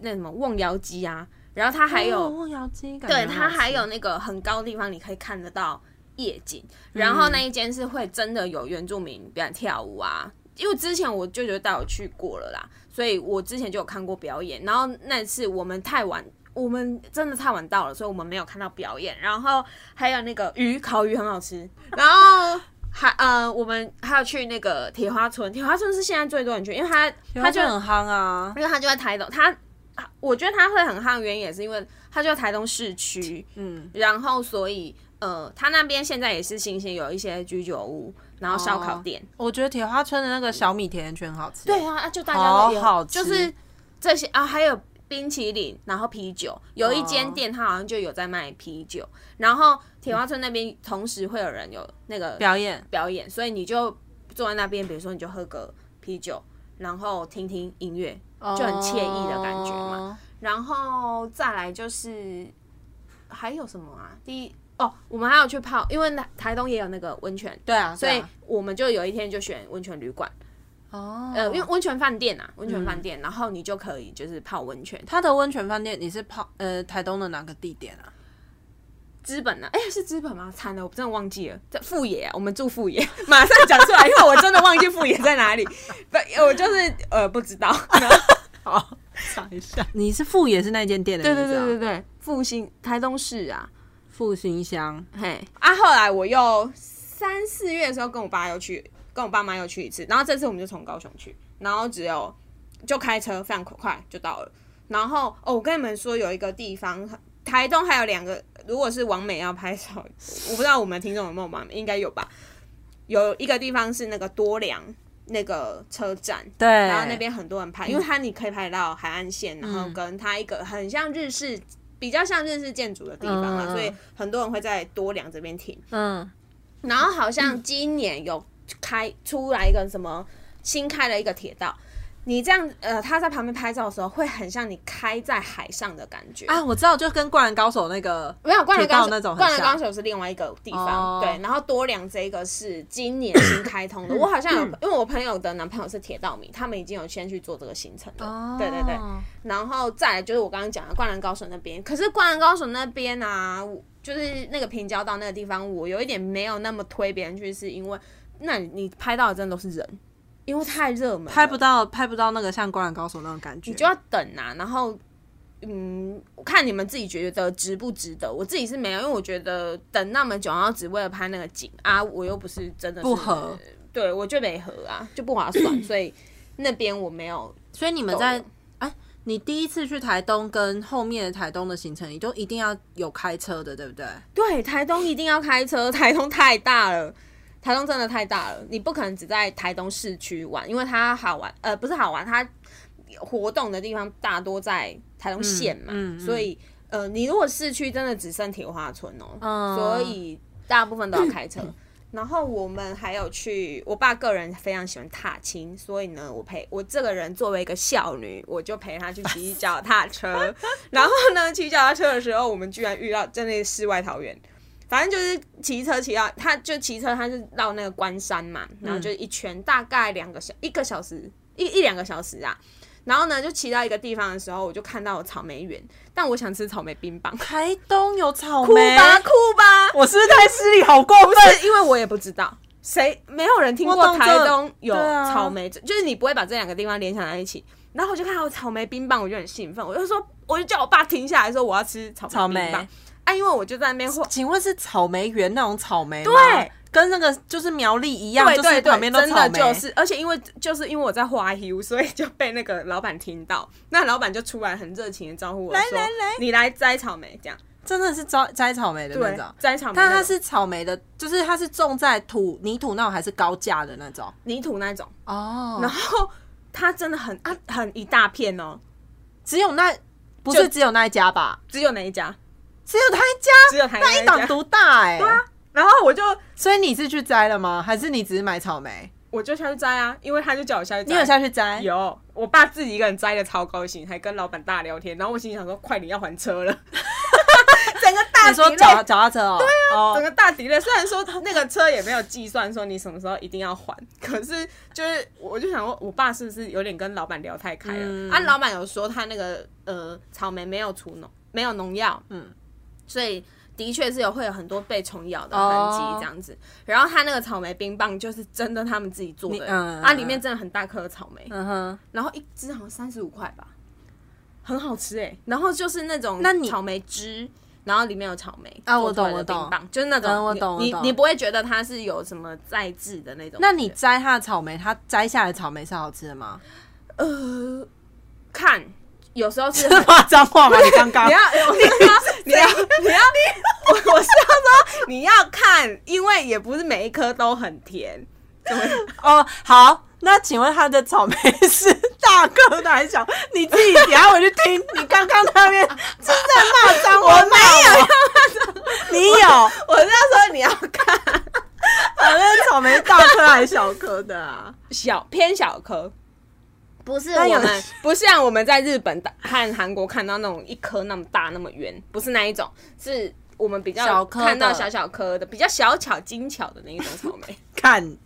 那什么瓮窑鸡啊，然后它还有、
哦瓮窑鸡，感觉
哎对，
很
它
好
还
吃
有那个很高的地方，你可以看得到夜景。然后
嗯
那一间是会真的有原住民表演跳舞啊，因为之前我舅舅带我去过了啦，所以我之前就有看过表演。然后那次我们太晚，我们真的太晚到了，所以我们没有看到表演。然后还有那个鱼，烤鱼很好吃。然后。还呃，我们还有去那个铁花村，铁花村是现在最多人去，因为它它
它
就
就很夯啊，
因为他就在台东，他我觉得他会很夯，原因也是因为他就在台东市区，
嗯，
然后所以呃，他那边现在也是新兴有一些居酒屋，然后烧烤店，
我觉得铁花村的那个小米甜甜圈好吃，
对，啊，啊就大家
好
都有
好吃
就是这些啊，还有冰淇淋，然后啤酒，有一间
哦
店他好像就有在卖啤酒，然后铁花村那边同时会有人有那个
表演
表演，所以你就坐在那边，比如说你就喝个啤酒，然后听听音乐，
就
很惬意的感觉嘛。然后再来就是还有什么啊？第一哦，我们还有去泡，因为台台东也有那个温泉，
对啊，
所以
对啊
我们就有一天就选温泉旅馆，
哦，
呃，因为温泉饭店啊，温泉饭店，然后你就可以就是泡温泉。
它的温泉饭店你是泡呃台东的哪个地点啊？
资本呢、啊？哎、是资本吗？惨了，我真的忘记了。在富野、啊，我们住 富野，马上讲出来，因为我真的忘记富野在哪里。不，我就是呃不知道。
好，想哦一下，你是富野是那间店的
对
名字
对
啊，
对对对，复兴台东市啊，
复兴乡
嘿，啊，后来我又三四月的时候跟我爸又去，跟我爸妈又去一次，然后这次我们就从高雄去，然后只有就开车非常快就到了。然后哦，我跟你们说有一个地方，台东还有两个，如果是王美要拍照，我不知道我们听众有没有王美，应该有吧。有一个地方是那个多良那个车站，
对，
然
然
后那边很多人拍，因为它你可以拍到海岸线，然后跟它一个很像日式，比较像日式建筑的地方
嗯嗯
啊，
嗯
所以很多人会在多良这边停。
嗯
然后好像今年有开出来一个什么新开了一个铁道，你这样呃，他在旁边拍照的时候，会很像你开在海上的感觉
啊，。我知道，就跟灌篮高手那个
没有灌篮
铁
高
道
手，
那种很
灌篮
像
高手是另外一个地
哦嗯
方，对。然后多良这一个是今年新开通的，我好像有，因为我朋友的男朋友是铁道迷，他们已经有先去做这个行程
哦
了。对对对。然后再来就是我刚刚讲的《灌篮高手》那边，可是《灌篮高手》那边啊，我就是那个平交道那个地方，我有一点没有那么推别人去，是因为那你拍到的真的都是人，因为太热门了，
拍不到拍不到那个像灌篮高手那种感觉，
你就要等啊。然后，嗯，我看你们自己觉得值不值得。我自己是没有，因为我觉得等那么久，然后只为了拍那个景啊，我又不是真的是
不合，
对我就没合啊，就不划 算，所以那边我没有
所以你们
都
在
有
哎，你第一次去台东跟后面的台东的行程，你都一定要有开车的，对不对？啊
对，台东一定要开车，台东太大了，台东真的太大了，你不可能只在台东市区玩，因为它好玩，呃，不是好玩，它活动的地方大多在台东县嘛，
嗯嗯
所以呃，你如果市区真的只剩铁花村哦、
嗯
所以大部分都要 开车。然后我们还有去，我爸个人非常喜欢踏青，所以呢，我陪我这个人作为一个孝女，我就陪他去骑脚踏车。然后呢，骑脚踏车的时候，我们居然遇到真的是世外桃源。反正就是骑车骑到，他就骑车，他是绕那个关山嘛，
嗯
然后就一圈大概两个小一个小时一一两个小时啊。然后呢，就骑到一个地方的时候，我就看到草莓园，但我想吃草莓冰棒，
台东有草
哭
莓，
吧哭吧，
我是不是太失礼？好过分！
是因为我也不知道，谁没有人听
我
过
懂这
台东有
对啊
草莓，就是你不会把这两个地方联想在一起。然后我就看到有草莓冰棒，我就很兴奋，我就说，我就叫我爸停下来说我要吃草
草
莓冰棒
莓。
啊，因为我就在那边晃，
请问是草莓园那种草莓吗
对，
跟那个就是苗栗一样，
对
就
对
是
对，
旁边都
真
草
的
莓，
就是，而且因为就是因为我在花 U，所以就被那个老板听到， 那老板就出来很热情的招呼我说：“
来来
你来摘草莓。”这样，
真的是摘摘草莓的那
对
种，。
摘草莓那种，
但它是草莓的，就是它是种在土泥土那种还是高架的那种
泥土那种，
哦
然后它真的很啊很一大片哦，
只有那不
就是
只有那一家吧？
只有哪一家？
只有他一家，
只有台湾
那一档
家
独大哎、
对啊，然后我就
所以你是去摘了吗？还是你只是买草莓？
我就下去摘啊，因为他就叫我下去摘。
你有下去摘？
有，我爸自己一个人 摘的超高兴，还跟老板大聊天。然后我心里想说，快点要还车了，整个大大
你说
底
脚
类，
脚踏车哦，对啊，哦、
整个大底类。虽然说那个车也没有计算说你什么时候一定要还，可是就是我就想说，我爸是不是有点跟老板聊太开了？
嗯
啊，老板有说他那个呃草莓没有除农，没有农药，
嗯，
所以。的确是有会有很多被虫咬的痕迹
哦
这样子然后他那个草莓冰棒就是真的他们自己做
你
的，
嗯
啊里面真的很大颗的草莓，
嗯哼，
然后一支好像三十五块吧，很好吃哎、然后就是那种
那你
草莓汁，然后里面有草莓
啊
做出来
我懂
的
我懂
冰棒，就是那种、
嗯我懂
你
我懂
你你不会觉得它是有什么再制的那种。
那你摘它的草莓，它摘下来的草莓是好吃的吗？
呃看，有时候 是
这是夸张话 吗？你刚刚
你 要，我是说 你要你要， 我我是要说你要看，因为也不是每一颗都很甜。
哦，好，那请问他的草莓是大个的还是小？你自己等一下回去听。你刚刚那边是在骂张 文吗？你有？
我是要说你要 看
反正草莓大颗还是小颗的啊？
小偏小颗，
不是
但
有
我们 不像我们在日本打和韩国看到那种一颗那么大那么圆，不是那一种，是我们比较
小颗的
看到小小颗的，比较小巧精巧的那一种草 莓。
看。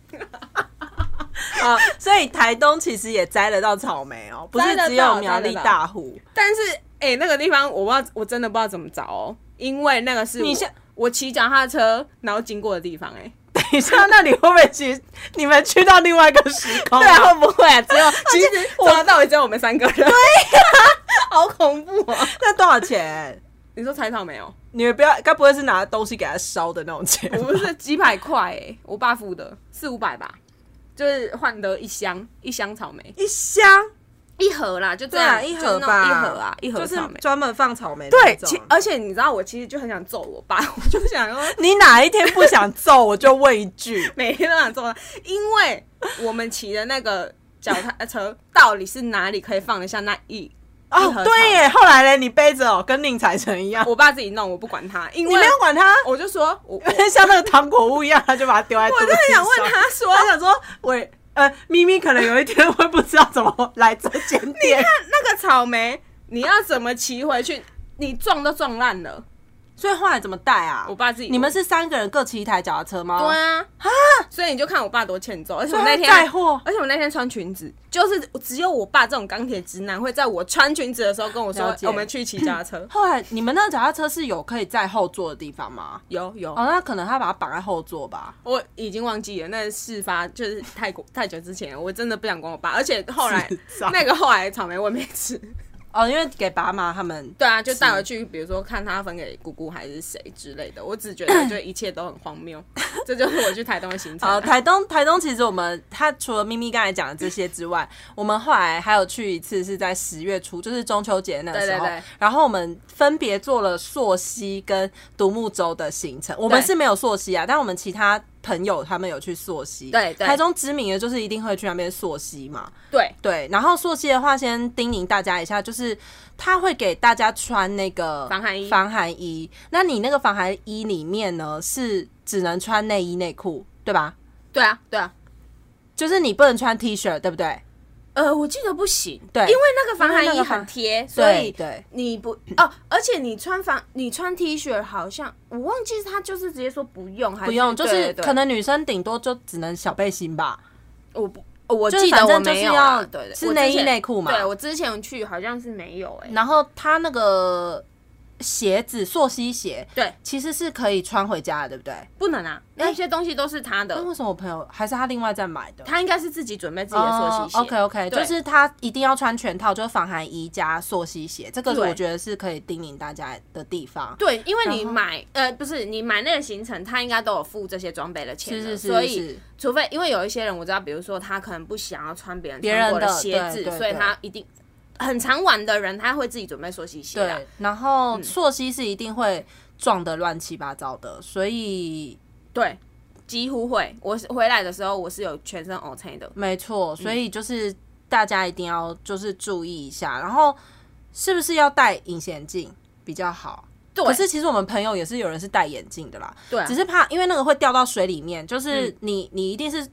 啊、 所以台东其实也摘得到草莓哦，不是只有苗栗大 湖。
但是哎、欸那个地方我不知道，我真的不知道怎么找哦，因为那个是
你
我
像
我骑脚踏车然后经过的地方哎、欸
等一下，那你会不会去？你们去到另外一个时空？
对啊，会不 会啊？只有 其实从头到尾只有我们三个人，对呀、 好恐怖哦！
那多少钱？
你说采草莓哦？
你们不要，该不会是拿东西给他烧的那种钱吧？
我不是几百块哎、我爸付的四五百吧，就是换得一箱一箱草莓，
一箱，
一盒啦，就这
对
样、
啊，一
就
盒
是那种
吧，
一盒啊，一盒
就是
草莓。
专门放草莓的那
对，
种。
其而且你知道，我其实就很想揍我爸， 我就想说。
你哪一天不想揍，我就问一句
每天都想揍他，因为我们骑的那个脚踏呃车到底是哪里可以放得下那一？一盒
哦
草，莓
对耶，后来嘞，你背着哦，跟宁采臣一样，
我爸自己弄，我不管他，因
你
为
没有管他，
我就说我。我
像那个糖果屋一样，他就把它丢在肚
我
子
就
上。
很想问他说，
他想说，喂，呃，咪咪可能有一天会不知道怎么来这间店，
那个草莓你要怎么骑回去？你撞都撞烂了，
所以后来怎么带啊
我爸自己
你们是三个人各骑一台脚踏车吗？
对啊，所以你就看我爸多欠揍，而且
所以
我那
他
天
载货，
而且我那天穿裙子，就是只有我爸这种钢铁直男会在我穿裙子的时候跟我说
了，解。
我们去骑脚踏车
后来你们那个脚踏车是有可以在后座的地方吗？
有有，
哦，那可能他把它绑在后座吧。
我已经忘记了，那事发就是太过太久之前，我真的不想管我爸，而且后来
智障
那个后来草莓我也没 吃，
哦，因为给爸妈他们
对啊，就带回去，比如说看他分给姑姑还是谁之类的，我只觉得就一切都很荒 谬，这就是我去台东的行程啊。
好，呃台东台东其实我们它除了咪咪刚才讲的这些之外，我们后来还有去一次是在十月初，就是中秋节那个时候，
对对对
然后我们分别做了溯溪跟独木舟的行程。我们
对
是没有溯溪啊，但我们其他朋友他们有去溯溪。
对对
台中知名的就是一定会去那边溯溪嘛。
对，
对，然后溯溪的话，先叮咛大家一下，就是他会给大家穿那个
防寒衣
防寒衣。那你那个防寒衣里面呢，是只能穿内衣内裤，对吧？
对啊，对啊。
就是你不能穿 T 恤，对不对？
呃，我记得不行，
对
因为那个防寒
因为那
衣
个防
很贴，所以
对
你不哦，而且你穿防你穿 T 恤好像我忘记他就是直接说不用，还
不用，就
对
是
对对
可能女生顶多就只能小背心吧。
我不我
就是
记得
反
我
正就是
没有啊，
要
对对，
是
我之
内衣
前
内裤嘛
对我之前去好像是没有哎，
然后她那个鞋子溯溪鞋
对，
其实是可以穿回家的，对不哦对？
不能啊，那些东西都是他
那
的，
为什么我朋友还是他另外再买的？
他应该是自己准备自己的溯溪鞋。
o k OK，
对
哦就是他一定要穿全套，就是防寒衣加溯溪鞋，这个是
对
我觉得是可以叮咛大家的地方。
对，因为你
然后
买呃不是你买那个行程，他应该都有付这些装备的钱
是
了，
是是，
所以
是
除非因为有一些人我知道，比如说他可能不想要穿别人
别
穿过
人的
鞋
对
子，
对
所以
对
他一定很常玩的人，他会自己准备溯溪鞋啦
对。，然后
嗯
溯溪是一定会撞得乱七八糟的，所以
对，几乎会。我是回来的时候我是有全身 O k 的，
没错，
嗯
所以就是大家一定要就是注意一下，然后是不是要戴隐形眼镜比较好？
对
可是其实我们朋友也是有人是戴眼镜的啦，
对啊嗯
只是怕因为那个会掉到水里面，就是你、你一定是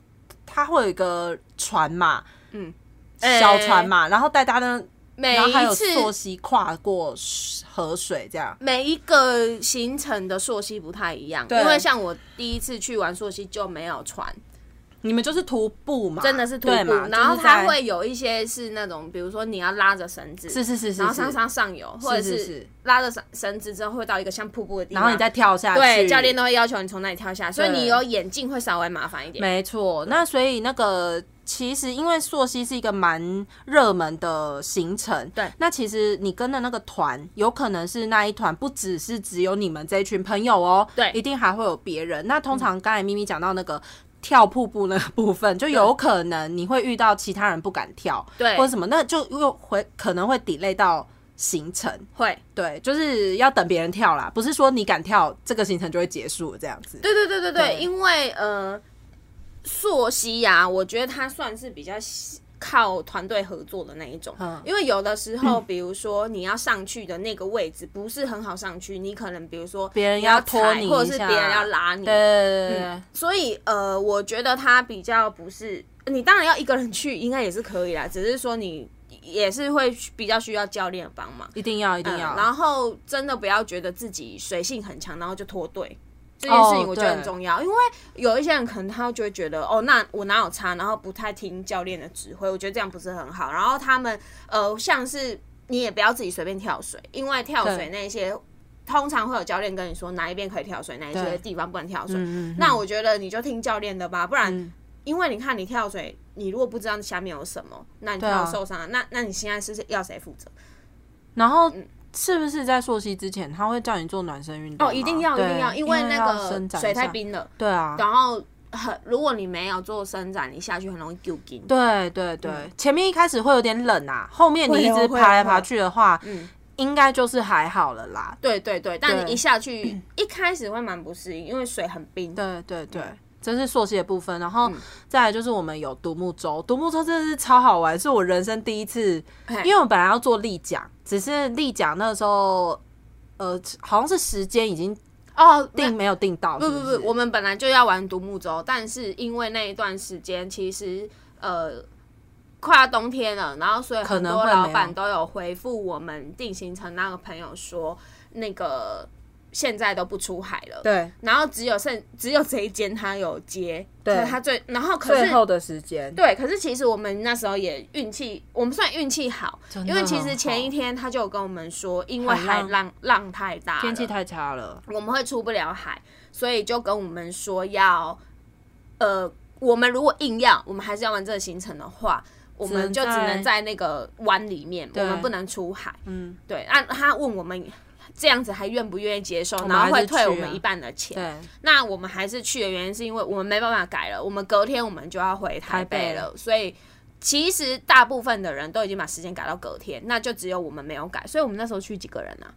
它会有一个船嘛，
嗯
小船嘛，然后带大家
每
然后还
一
有
次
溯溪跨过河水这样。
每一个行程的溯溪不太一样，
对
因为像我第一次去玩溯溪就没有船，
你们就是徒步嘛，
真的是徒
对
步
嘛，，
然后
就是
它
在
会有一些是那种，比如说你要拉着绳子，
是是是是
然后上
是
上上游，或者
是
是
是
拉着绳绳子之后会到一个像瀑布的地方，
然后你再跳下去，
对教练都会要求你从那里跳下，所以你有眼镜会稍微麻烦一点。
没错，那所以那个其实因为溯溪是一个蛮热门的行程，
对
那其实你跟的那个团，有可能是那一团不只是只有你们这一群朋友哦，
对嗯
一定还会有别人。那通常刚才咪咪讲到那个。跳瀑布那个部分，就有可能你会遇到其他人不敢跳，
对
或者什么，那就又会可能会 delay 到行程，
会，
对，就是要等别人跳啦，不是说你敢跳，这个行程就会结束这样子。
对对对对对，
对
因为呃，溯溪呀，我觉得它算是比较喜靠团队合作的那一种，
嗯
因为有的时 候，比如说你要上去的那个位置不是很好上去，你可能比如说
别人
你要
要拖
踩
你
或者
一
是
下
别人要拉你，
对对对对对
所以呃，我觉得他比较不是你，当然要一个人去，应该也是可以啦，只是说你也是会比较需要教练的帮忙。
一定要一定要。
嗯然后真的不要觉得自己水性很强，然后就脱队。这件事情
哦
我觉得很
对
重要，因为有一些人可能他就会觉得，哦，那我哪有差，然后不太听教练的指挥，我觉得这样不是很好。然后他们呃，像是你也不要自己随便跳水，因为跳水
对
那些通常会有教练跟你说哪一边可以跳水，哪一些
对
地方不能跳
嗯
水。
嗯嗯
那我觉得你就听教练的吧，不然、
嗯
因为你看你跳水，你如果不知道下面有什么，那你
对啊
跳受伤了，那那你现在是要谁负责？
然后是不是在溯溪之前，他会叫你做暖身运动吗？
哦，一定要，一
对
定要，因
因
为那
要伸
个
展
水
一下
太。冰了，
对啊，
然后很，如果你没有做伸展，你下去很容易丢筋。
对对对，前面一开始会有点冷啊，后面你一
会
直
哦会哦
爬来爬去的话，
嗯，
应该就是还好了啦。
对对对，但你
对
一下去， 一开始会蛮不适应，因为水很冰。
对对对。这是溯溪的部分，然
嗯
后再来就是我们有独木舟，独木舟真的是超好玩，是我人生第一次
嘿，
因为我本来要做立桨，只是立桨那时候，呃，好像是时间已经
哦，
定没有定到，
不
是
不
是
不，我们本来就要玩独木舟，但是因为那一段时间其实呃快要冬天了，然后所以很
能
多
会
老
没
板
有
都有回复我们定行程那个朋友说，那个现在都不出海了。
对，
然后只有剩只有这一间他有接，
对
可是他最然后可
最
是
后的时间，
对，可是其实我们那时候也运气，我们算运气好，
真的
因为其
很
实
好
前一天他就有跟我们说，因为海
海浪
浪浪太大了，
天气太差了，
我们会出不了海，所以就跟我们说要，呃，我们如果硬要，我们还是要玩这个行程的话，我们就只能在那个湾里面，我
对
们不能出海。
嗯，
对，啊，他问我们这样子还愿不愿意接受，
们
然后
还
会
是
退我
去啊
们一半的钱。
对，
那我们还是去的原因是因为我们没办法改了，我们隔天我们就要回台北了，所以其实大部分的人都已经把时间改到隔天，那就只有我们没有改，所以我们那时候去几个人啊？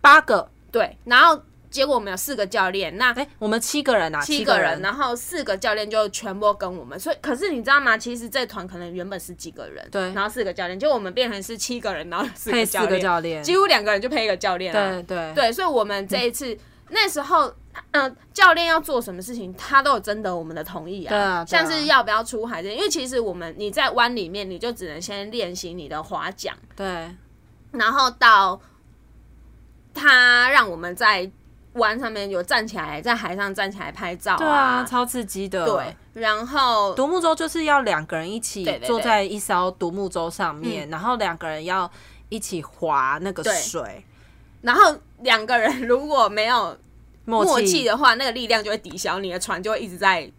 八个，
对，然后结果我们有四个教练，那
哎、我们七个人啊，
七
七
个人，
人，
然后四个教练就全部都跟我们，所以可是你知道吗？其实这团可能原本是几个人，
对
然后四个教练，就我们变成是七个人，然后四
配
个
四
教
个
练，
教练，
几乎两个人就配一个教练、啊，
对对，
对，所以我们这一次、那时候，嗯、教练要做什么事情，他都有征得我们的同意啊。
对啊对啊
像是要不要出海这，因为其实我们你在湾里面，你就只能先练习你的划桨，
对
然后到他让我们在湾上面有站起来，在海上站起来拍照
对啊，超刺激的，
对，，然后
独木舟就是要两个人一起
对对对嗯
坐在一艘独木舟上面，然后两个人要一起划那个
对
水，
然后两个人如果没有
默
默契的话，那个力量就会抵消，你的船就会一直在。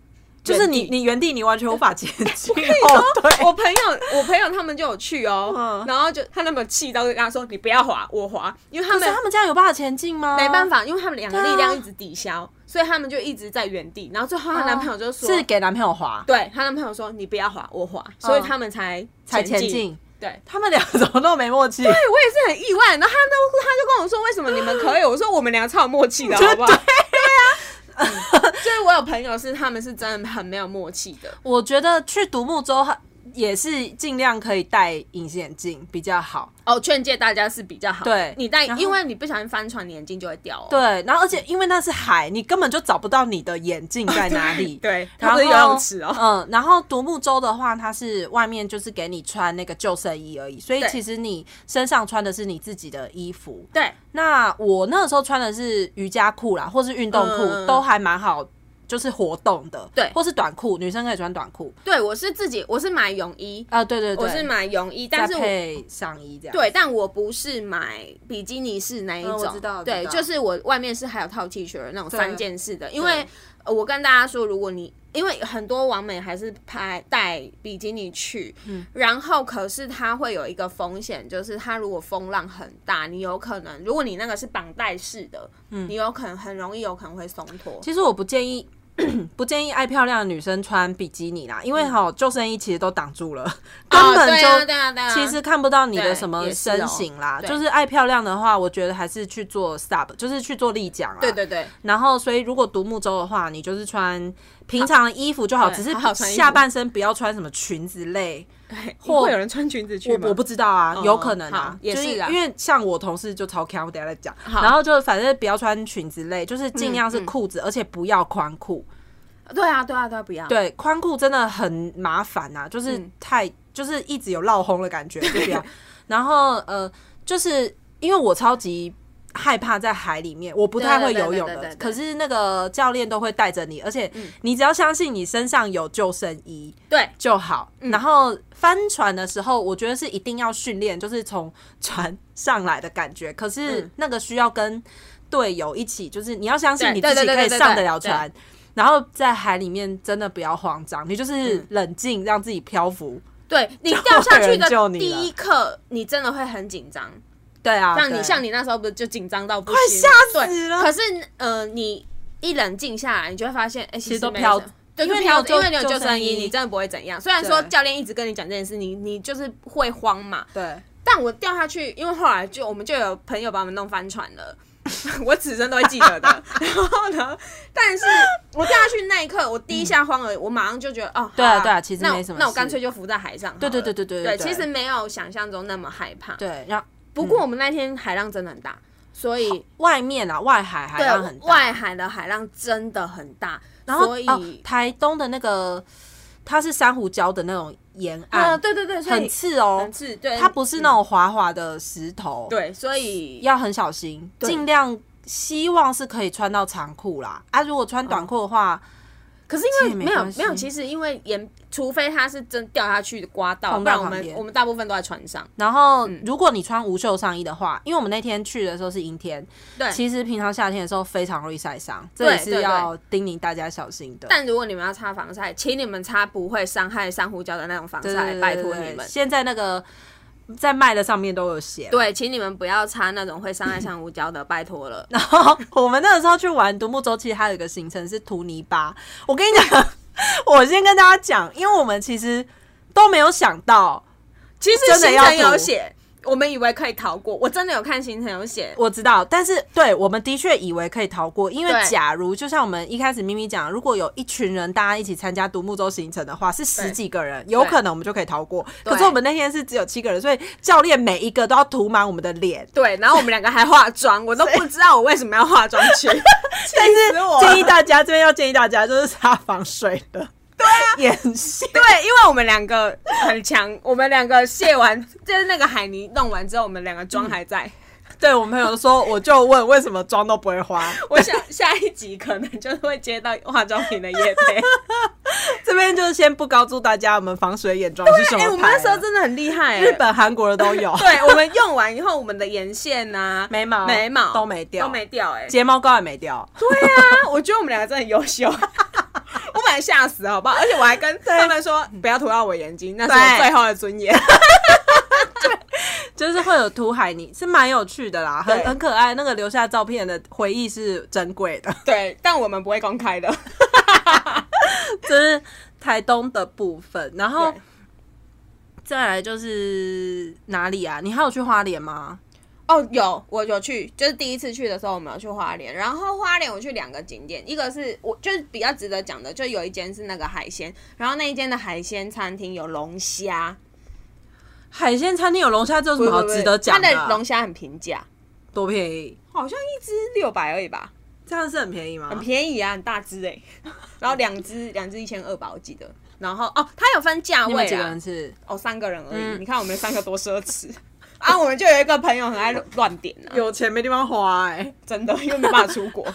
就是
原地
你你原地你完全无法前 进，哦，对，
我朋友，我朋友他们就有去哦，
嗯
然后就他那么气到就跟他说：“你不要滑，我滑。”因为他
可是
们
他们这样有办法前进吗？
没办。法，因为他们两个
对啊
力量一直抵消，所以他们就一直在原地。然后最后她男朋友就说：“
哦是给男朋友划
对，她男朋友说你不要滑，我滑。”所以他们才
才前
前。
进，
对，
他们俩怎么都没默契？对，
对我也是很意外。然后他都他就跟我说：“为什么你们可以？”我说：“我们俩超有默契的，好不好？”对啊。
啊
嗯所以，我有朋友是他们是真的很没有默契的，
我觉得去独木舟，也是尽量可以戴隐形眼镜比较好。
哦，劝诫大家是比较好的。
对
你戴，
然后
因为你不小心翻船，你眼镜就会掉、哦。
对，然后而且因为那是海，你根本就找不到你的眼镜在哪 里。
对，
然
它
后
不是游泳池哦。
嗯，然后独木舟的话，它是外面就是给你穿那个救生衣而已，所以
对
其实你身上穿的是你自己的衣服。
对，
那我那个时候穿的是瑜伽裤啦，或是运动裤，
嗯
都还蛮好，就是活动的。
对
或是短裤，女生可以穿短裤。
对我是自己，我是买泳衣，
啊、对对对，
我是买泳衣，
再
但是我
配上衣这样。
对，但我不是买比基尼式那一
嗯
种，
我知道我知
对，
道
就是我外面是还有套 T 恤的那种
对
三件式的，因为呃我跟大家说，如果你因为很多网美还是拍带比基尼去，
嗯
然后可是它会有一个风险，就是它如果风浪很大，你有可能，如果你那个是绑带式的，你有可能很容易有可能会松脱，
嗯其实我不建议。 不建议爱漂亮的女生穿比基尼啦，因为哈救生衣其实都挡住了， 根
嗯哦
本
对
就、
啊对啊对啊，
其实看不到你的
对
什么
也是
身
哦
形啦，
对
就是爱漂亮的话，我觉得还是去做 sub，就是去做立桨啦。啊
对对对，
然后，所以如果独木舟的话，你就是穿平常的衣服就好，
对
只是
好好穿衣服
下半身不要穿什么裙子类。或
会有人穿裙子去
我
吗？
我不知道啊，
哦
有可能啊
好，也
就是
啊
因为像我同事就超 c 我等一下再讲。然后就反正不要穿裙子类，就是尽量是
嗯嗯
裤子，而且不要宽裤。
对啊对啊对啊，不要，
对，宽裤真的很麻烦呐、就是
嗯
太、就是一直有落红的感觉，对 不对？然后呃，就是因为我超级害怕在海里面，我不太会
对对对
游泳
对对嗯
的
对，对
可是那个教练都会带着你，而且你只要相信你身上有救生衣
对
就好。
嗯
然后翻船的时候，我觉得是一定要训练，就是从船上来的感觉，可是
嗯
那个需要跟队友一起，就是你要相信
对
你
对
自己
对对
可以
对对
上得了
对
船。然后在海里面真的不要慌张，你就是
嗯
冷静，让自己漂浮。
对你掉下去
就会有人救
的
你
第一刻，你真的会很紧张。
对啊，
像
对
你像你那时候不是就紧张到快
吓死了
可是呃，你一冷静下来，你就会发现，哎、其
实都
没
飘
什么对，
因为
就
你
飘
有
着
救
因为你有
救
救
生
生衣，
衣
你真的不会怎样。虽然说
对
教练一直跟你讲这件事，你你就是会慌嘛。
对，
但啊我掉下去，因为后来就我们就有朋友把我们弄翻船了， 我此生都会记得的。然后呢，但是我掉下去那一刻，我第一下慌了，我马上就觉得哦，好啊
对啊对啊其实
那我
没什么
那我
事
干脆就浮在海上好了。
对对对对对对
对
对
其实没有想象中那么害怕。
对，嗯然后
不过我们那天海浪真的很大，所以
外面啊，外海海
对
浪很大，
外海的海浪真的很大，
然后
所以、
哦，台东的那个它是珊瑚礁的那种沿
啊，
岸，
对对对，所以
很刺哦
很，刺，对，
它不是那种滑滑的石头，，
对，所以
要很小心，
对
尽量希望是可以穿到长裤啦。啊，如果穿短裤的
哦
话，
可是因为
其实也没
没有
关系
没有，其实因为沿，除非它是真掉下去刮到，
碰
不
到
然我
旁
们
边
我们大部分都在船上。
然后
嗯
如果你穿无袖上衣的话，因为我们那天去的时候是阴天，
对
其实平常夏天的时候非常容易晒伤，
对
这也是
对对
要叮咛大家小心的。
但如果你们要擦防晒，请你们擦不会伤害珊瑚礁的那种防
对对对
晒，
对
拜托
对
你们。
现在那个在卖的上面都有写。
对，请你们不要擦那种会伤害珊瑚礁的，拜托了。
然后我们那个时候去玩独木舟，其实还有一个行程是涂泥巴。我跟你讲， 我先跟大家讲，因为我们其实都没有想到，
其实
真的
行
要
程有
涂
写，我们以为可以逃过，我真的有看行程有写，
我知道，但是对我们的确以为可以逃过，因为
对
假如就像我们一开始咪咪讲，如果有一群人大家一起参加独木舟行程的话，是十
对
几个人，有可能我们就可以逃过。
对
可是我们那天是只有七个人，所以教练每一个都要涂满我们的脸。
对，然后我们两个还化妆，我都不知道我为什么要化妆 去。
但是
我
建议大家这边要建议大家就是擦防水的，对啊，眼线。
对，因为我们两个很强，我们两个卸完就是那个海泥弄完之后，我们两个妆还在。
对我朋友说，我就问为什么妆都不会花，
我想下一集可能就是会接到化妆品的业 配。
这边就是先不告诉大家我们防水眼妆是什么
哎、
牌了。
我们那时候真的很厉害、哎
日。本、韩国的都有，
对我们用完以后，我们的眼线呐、
眉毛
眉毛
都没掉
都没掉、哎，
睫毛膏也没 掉。
对啊，我觉得我们两个真的很优秀。 我本来吓死，好不好？而且我还跟他们说不要涂到我眼睛，那是我
对
最后的 尊严。
就是会有涂海泥，是蛮有趣的啦，很
对
很可爱。那个留下照片的回忆是珍贵 的，
对，但我们不会公开的。
这是台东的部分。然后
对
再来就是哪里啊？你还有去花莲吗？
哦，有我有去，就是第一次去的时候，我们有去花莲，然后花莲我去两个景点，一个是我就是比较值得讲的，就有一间是那个海鲜，然后那一间的海鲜餐厅有龙虾，
海鲜餐厅有龙虾，这有什么好值得讲
它
啊
的龙虾很平价，
多便宜，
好像一只六百而已吧，
这样是很便宜吗？
很便宜啊，很大只哎、
欸
然后两只两只一千二吧，我记得，然后哦，它有分价
你们
位
几个
啊
人，吃？
哦，三个人而已，
嗯
你看我们三个多奢侈 啊，我们就有一个朋友很爱乱点啊，
有钱没地方花哎、
真的，因为没办法出 国。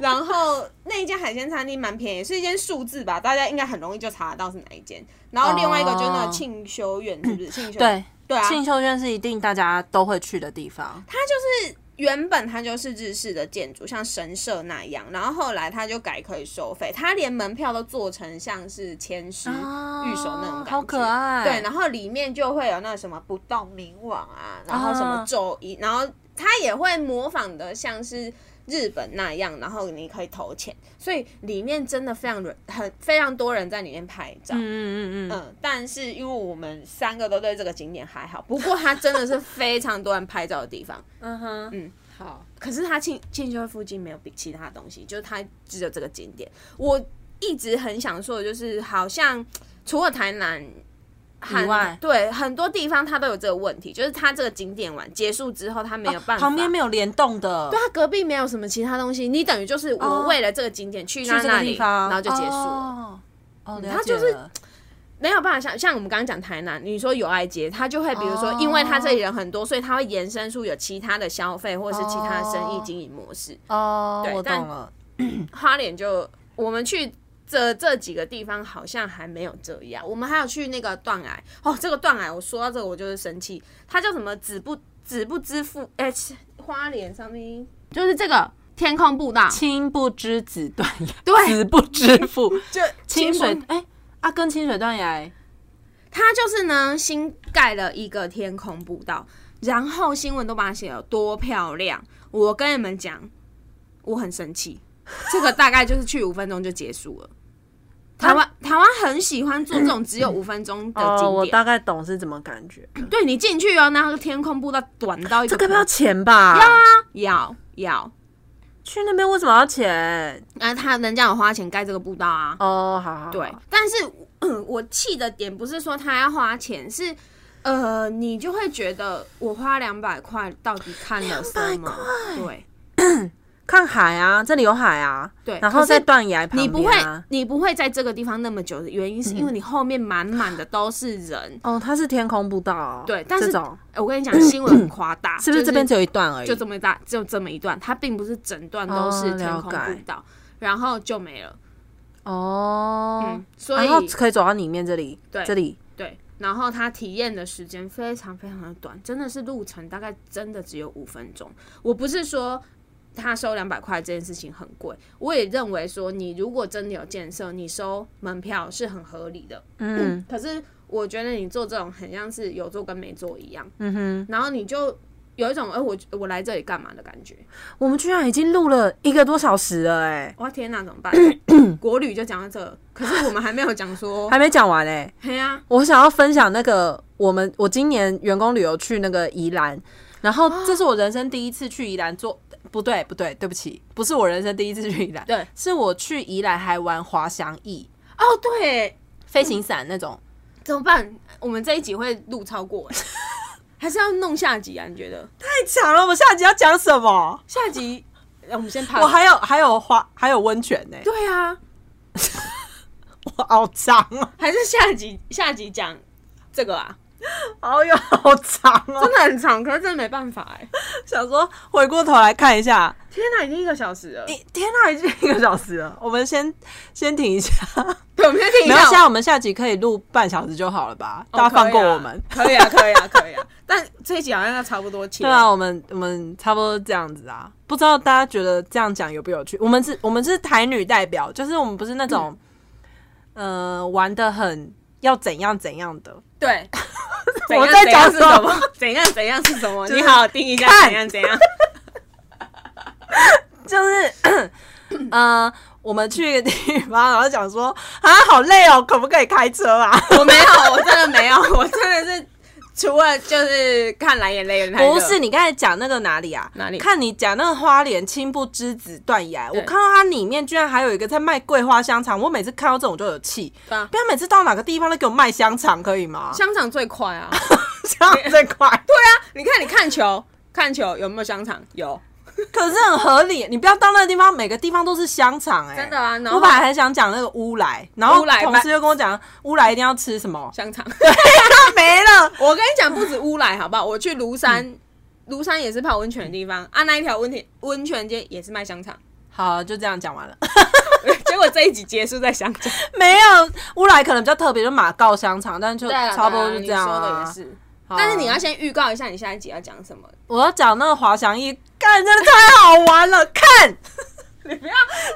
然后那一间海鲜餐厅蛮便宜，是一间数字吧，大家应该很容易就查得到是哪一间。然后另外一个就是那
哦
个庆修院，是不是？庆修
对
对啊，
庆秀轩是一定大家都会去的地方，
它就是原本它就是日式的建筑，像神社那样，然后后来它就改可以收费，它连门票都做成像是签诗、
啊
御守那种感觉，
好可爱
对，然后里面就会有那什么不动明王啊，然后什么
啊
咒衣，然后它也会模仿的像是。日本那样，然后你可以投钱，所以里面真的非常人很非常多人在里面拍照。
嗯嗯嗯，
嗯，但是因为我们三个都对这个景点还好，不过它真的是非常多人拍照的地方。
嗯哼，
嗯，
好，
可是它庆庆修附近没有比其他东西，就是它只有这个景点。我一直很想说，的就是好像除了台南。很
以外
对很多地方它都有这个问题，就是它这个景点完结束之后，它啊没有办法，
旁边没有联动的，
对它隔壁没有什么其他东西，你等于就是我
哦
为了这个景点去
去
那
这个
那
地
里，
方，
然后就结束了。
哦，哦，
它
他
就是没有办法像像我们刚刚讲台南，你说友爱街，它就会比如说，因为它这里人很多，所以它会延伸出有其他的消费或者是其他的生意经营模式。
哦，
对
我
但
懂了，
花莲就我们去这这几个地方好像还没有这样，我们还有去那个断崖哦，这个断崖我说到这个我就是生气，它叫什么子不子不知父哎、是花莲上面就是这个天空步道，
亲不知子断崖，
对
子不知 父，
就
清水
清
哎、啊，跟清水断崖
它就是呢新盖了一个天空步道，然后新闻都把它写有多漂亮。我跟你们讲，我很生气， 这个大概就是去五分钟就结束了。台湾台湾很喜欢做这种只有五分钟的
哦
景点，
概懂是怎么感觉，
对你进去哦，那个天空步道短到一个不
钱吧？
要啊，要要。
去那边为什么要钱？
那、他人家有花钱盖这个步道啊，
哦，好好，
对，但是、嗯我气的点不是说他要花钱，是呃，你就会觉得我花两百块到底看了什么？对，
看海啊，这里有海啊，
对
然后
可是
在断崖旁
你
边、啊，嗯
不会，你不会在这个地方那么久的原因，是因为你后面满满的都是人。
哦，它是天空步道、哦，
对，但是
这种
哎我跟你讲，新闻很夸大，
是不是
就
这边只有一段而已？
就这么大，只有这么一段，它并不是整段都是
哦
天空
了解
步道，然后就没了。
哦、
嗯，所以
然后可以走到里面这里，
对
这里
对，然后他体验的时间非常非常的短，真的是路程大概真的只有五分钟。我不是说他收两百块这件事情很贵，我也认为说你如果真的有建设，你收门票是很合理的。
嗯
可是我觉得你做这种很像是有做跟没做一样，
嗯哼，
然后你就有一种哎、我我来这里干嘛的感觉。
我们居然已经录了一个多小时了、哎，
哇天哪，怎 么办？国旅就讲到这，可是我们还没有讲说，
还没讲完哎、
嘿呀、啊，
我想要分享那个我们我今年员工旅游去那个宜兰，然后这是我人生第一次去宜兰做，不对不对，对不起，不是我人生第一次去宜兰，
对，
是我去宜兰还玩滑翔翼、
哦对，
飞行伞那种。
怎么办？我们这一集会录超过、 欸，还是要弄下集啊？你觉得
太强了，我们下集要讲什么？
下集？ 呃我们先 pass
我。还有还有滑还有温泉欸呢、
对啊，
我 好长哦、
还是下集下集讲这个啊？
好有好长哦、
真的很长，可是真的没办法哎、
想说回过头来看一下，
天哪，已经一个小时了。
你天哪，已经一个小时了，我们先 先停一下。
哎对，我们先停一
没有，
下。
现在我们下集可以录半小时就好了吧？
哦
大家放过我们。
可 以啊，可以啊，可以啊，可以啊。但这一集好像要差不多切。
对啊，我们我们差不多这样子啊，不知道大家觉得这样讲有不有趣？我们是，我们是台女代表，就是我们不是那种，
嗯
呃，玩的很要怎样怎样的。
对，
啊
怎
我
样
在
怎
讲
样
什
是什
么
么？？怎样怎样是什么？
就是
你好好听一下
看
怎样怎样。
就是呃，我们去一个地方，然后讲说啊，好累哦，可不可以开车啊？
我没有，我真的没有，我真的是除了就是看蓝眼泪有点太热
不是，你刚才讲那个哪里啊？
哪里
看你讲那个花莲青不知子断崖，我
对
看到它里面居然还有一个在卖桂花香肠，我每次看到这种就有气。
对啊
不要每次到哪个地方都给我卖香肠，可以吗？
香肠最快 啊！
香肠这块，
对啊，你看你看球，看球有没有香肠？有，
可是很合理。你不要到那个地方，每个地方都是香肠，哎，
真的啊然后
我本来还想讲那个乌来，然后
乌来
同事又跟我讲乌来一定要吃什 么，
香肠。
没了。
我跟你讲，不止乌来，好不好？我去庐山，庐山也是泡温泉的地方啊，那一条温泉温泉街也是卖香肠。
好，就这样讲完了。
结果这一集结束在香肠，
没有乌来可能比较特别，就马告香肠，但就
对啊
差不多
对啊
就这样
你说的
啊
也。是。
好
但是你要先预告一下你下一集要讲什么，
我要讲那个滑翔翼，看真的太好玩了，看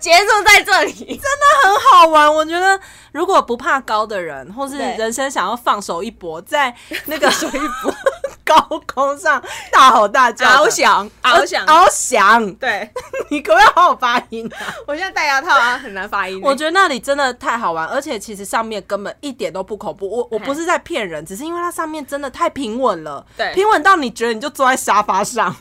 结束在这里。
很好玩。我觉得如果不怕高的人，或是
对
人生想要放手一搏，在那 个手一搏高空上大吼大叫的， 呃
翱翔，翱翔，
翱翔，
对，
你可不可以好好发音 啊？
我现在戴牙套啊，很难发音欸。
我觉得那里真的太好玩，而且其实上面根本一点都不恐怖。我我不是在骗人，只是因为它上面真的太平稳了，
对嗯
平稳到你觉得你就坐在沙发上。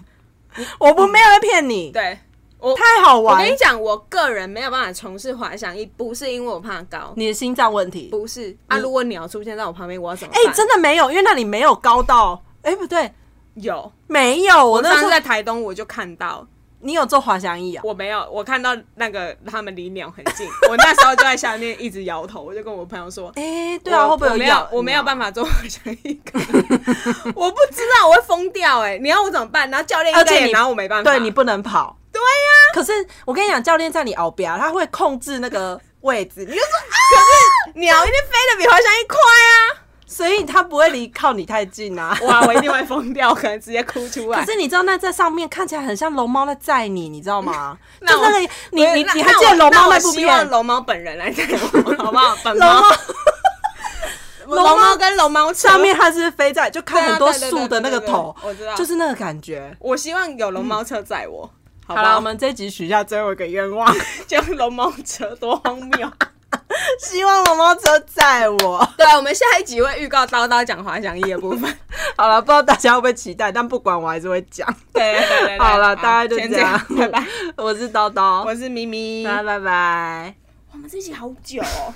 我不没有在骗你，
对我，
太好
我
玩
跟。你讲，我个人没有办法从事滑翔翼，不是因为我怕高，
你的心脏问题，
不是啊。如果鸟出现在我旁边，我要怎么
哎、
办？
真的没有，因为那里没有高到，哎、不对，
有，
没有。我
我
那
上
时
次
候
在台东我就看到，
你有做滑翔翼啊？
我没有，我看到那个他们离鸟很近， 我那时候就在下面一直摇头，我就跟我朋友说。
哎、对啊，会
我
不会
我没
有
有？我没有办。法做滑翔翼 杆，我不知道，我会疯掉哎、你要我怎么办？然后教练
而
应
且
该
你
也拿我没办法，
对你不能跑。对呀、可是我跟你讲，教练在你后边，他会控制那个位置，你就说
鸟一定飞得比滑翔翼快啊！
所以他不会离靠你太近啊。
哇， 我一定会疯掉，可能直接哭出来
可。是你知道那在上面看起来很像龙猫在载你，你知道吗？就
那我
那个你
不是
你
那
你还
那
记得
我
龙猫
我
那部
希望
片？
龙猫本人来带我， 好不好？本
龙
猫
猫
龙猫跟龙猫车
上面它是飞在，就
对
看
啊
很多
对对
树的
对
那个
对对啊
头，
我知道。
就
就是
是那个感觉。
我希望有龙猫车载我，
好
好不好
了， 我们这一集许下最后一个愿望，
就龙猫车多荒谬。
希望龙猫车载我。
对，我们下一集会预告叨叨讲滑翔翼的部分。
好了，不知道大家会不会期待，但不管我还是会讲。
对对对对，对
好了，大概就
先
这样，
拜拜。，
我是叨叨，
我是咪咪，
拜拜拜。
我们这集好久哦。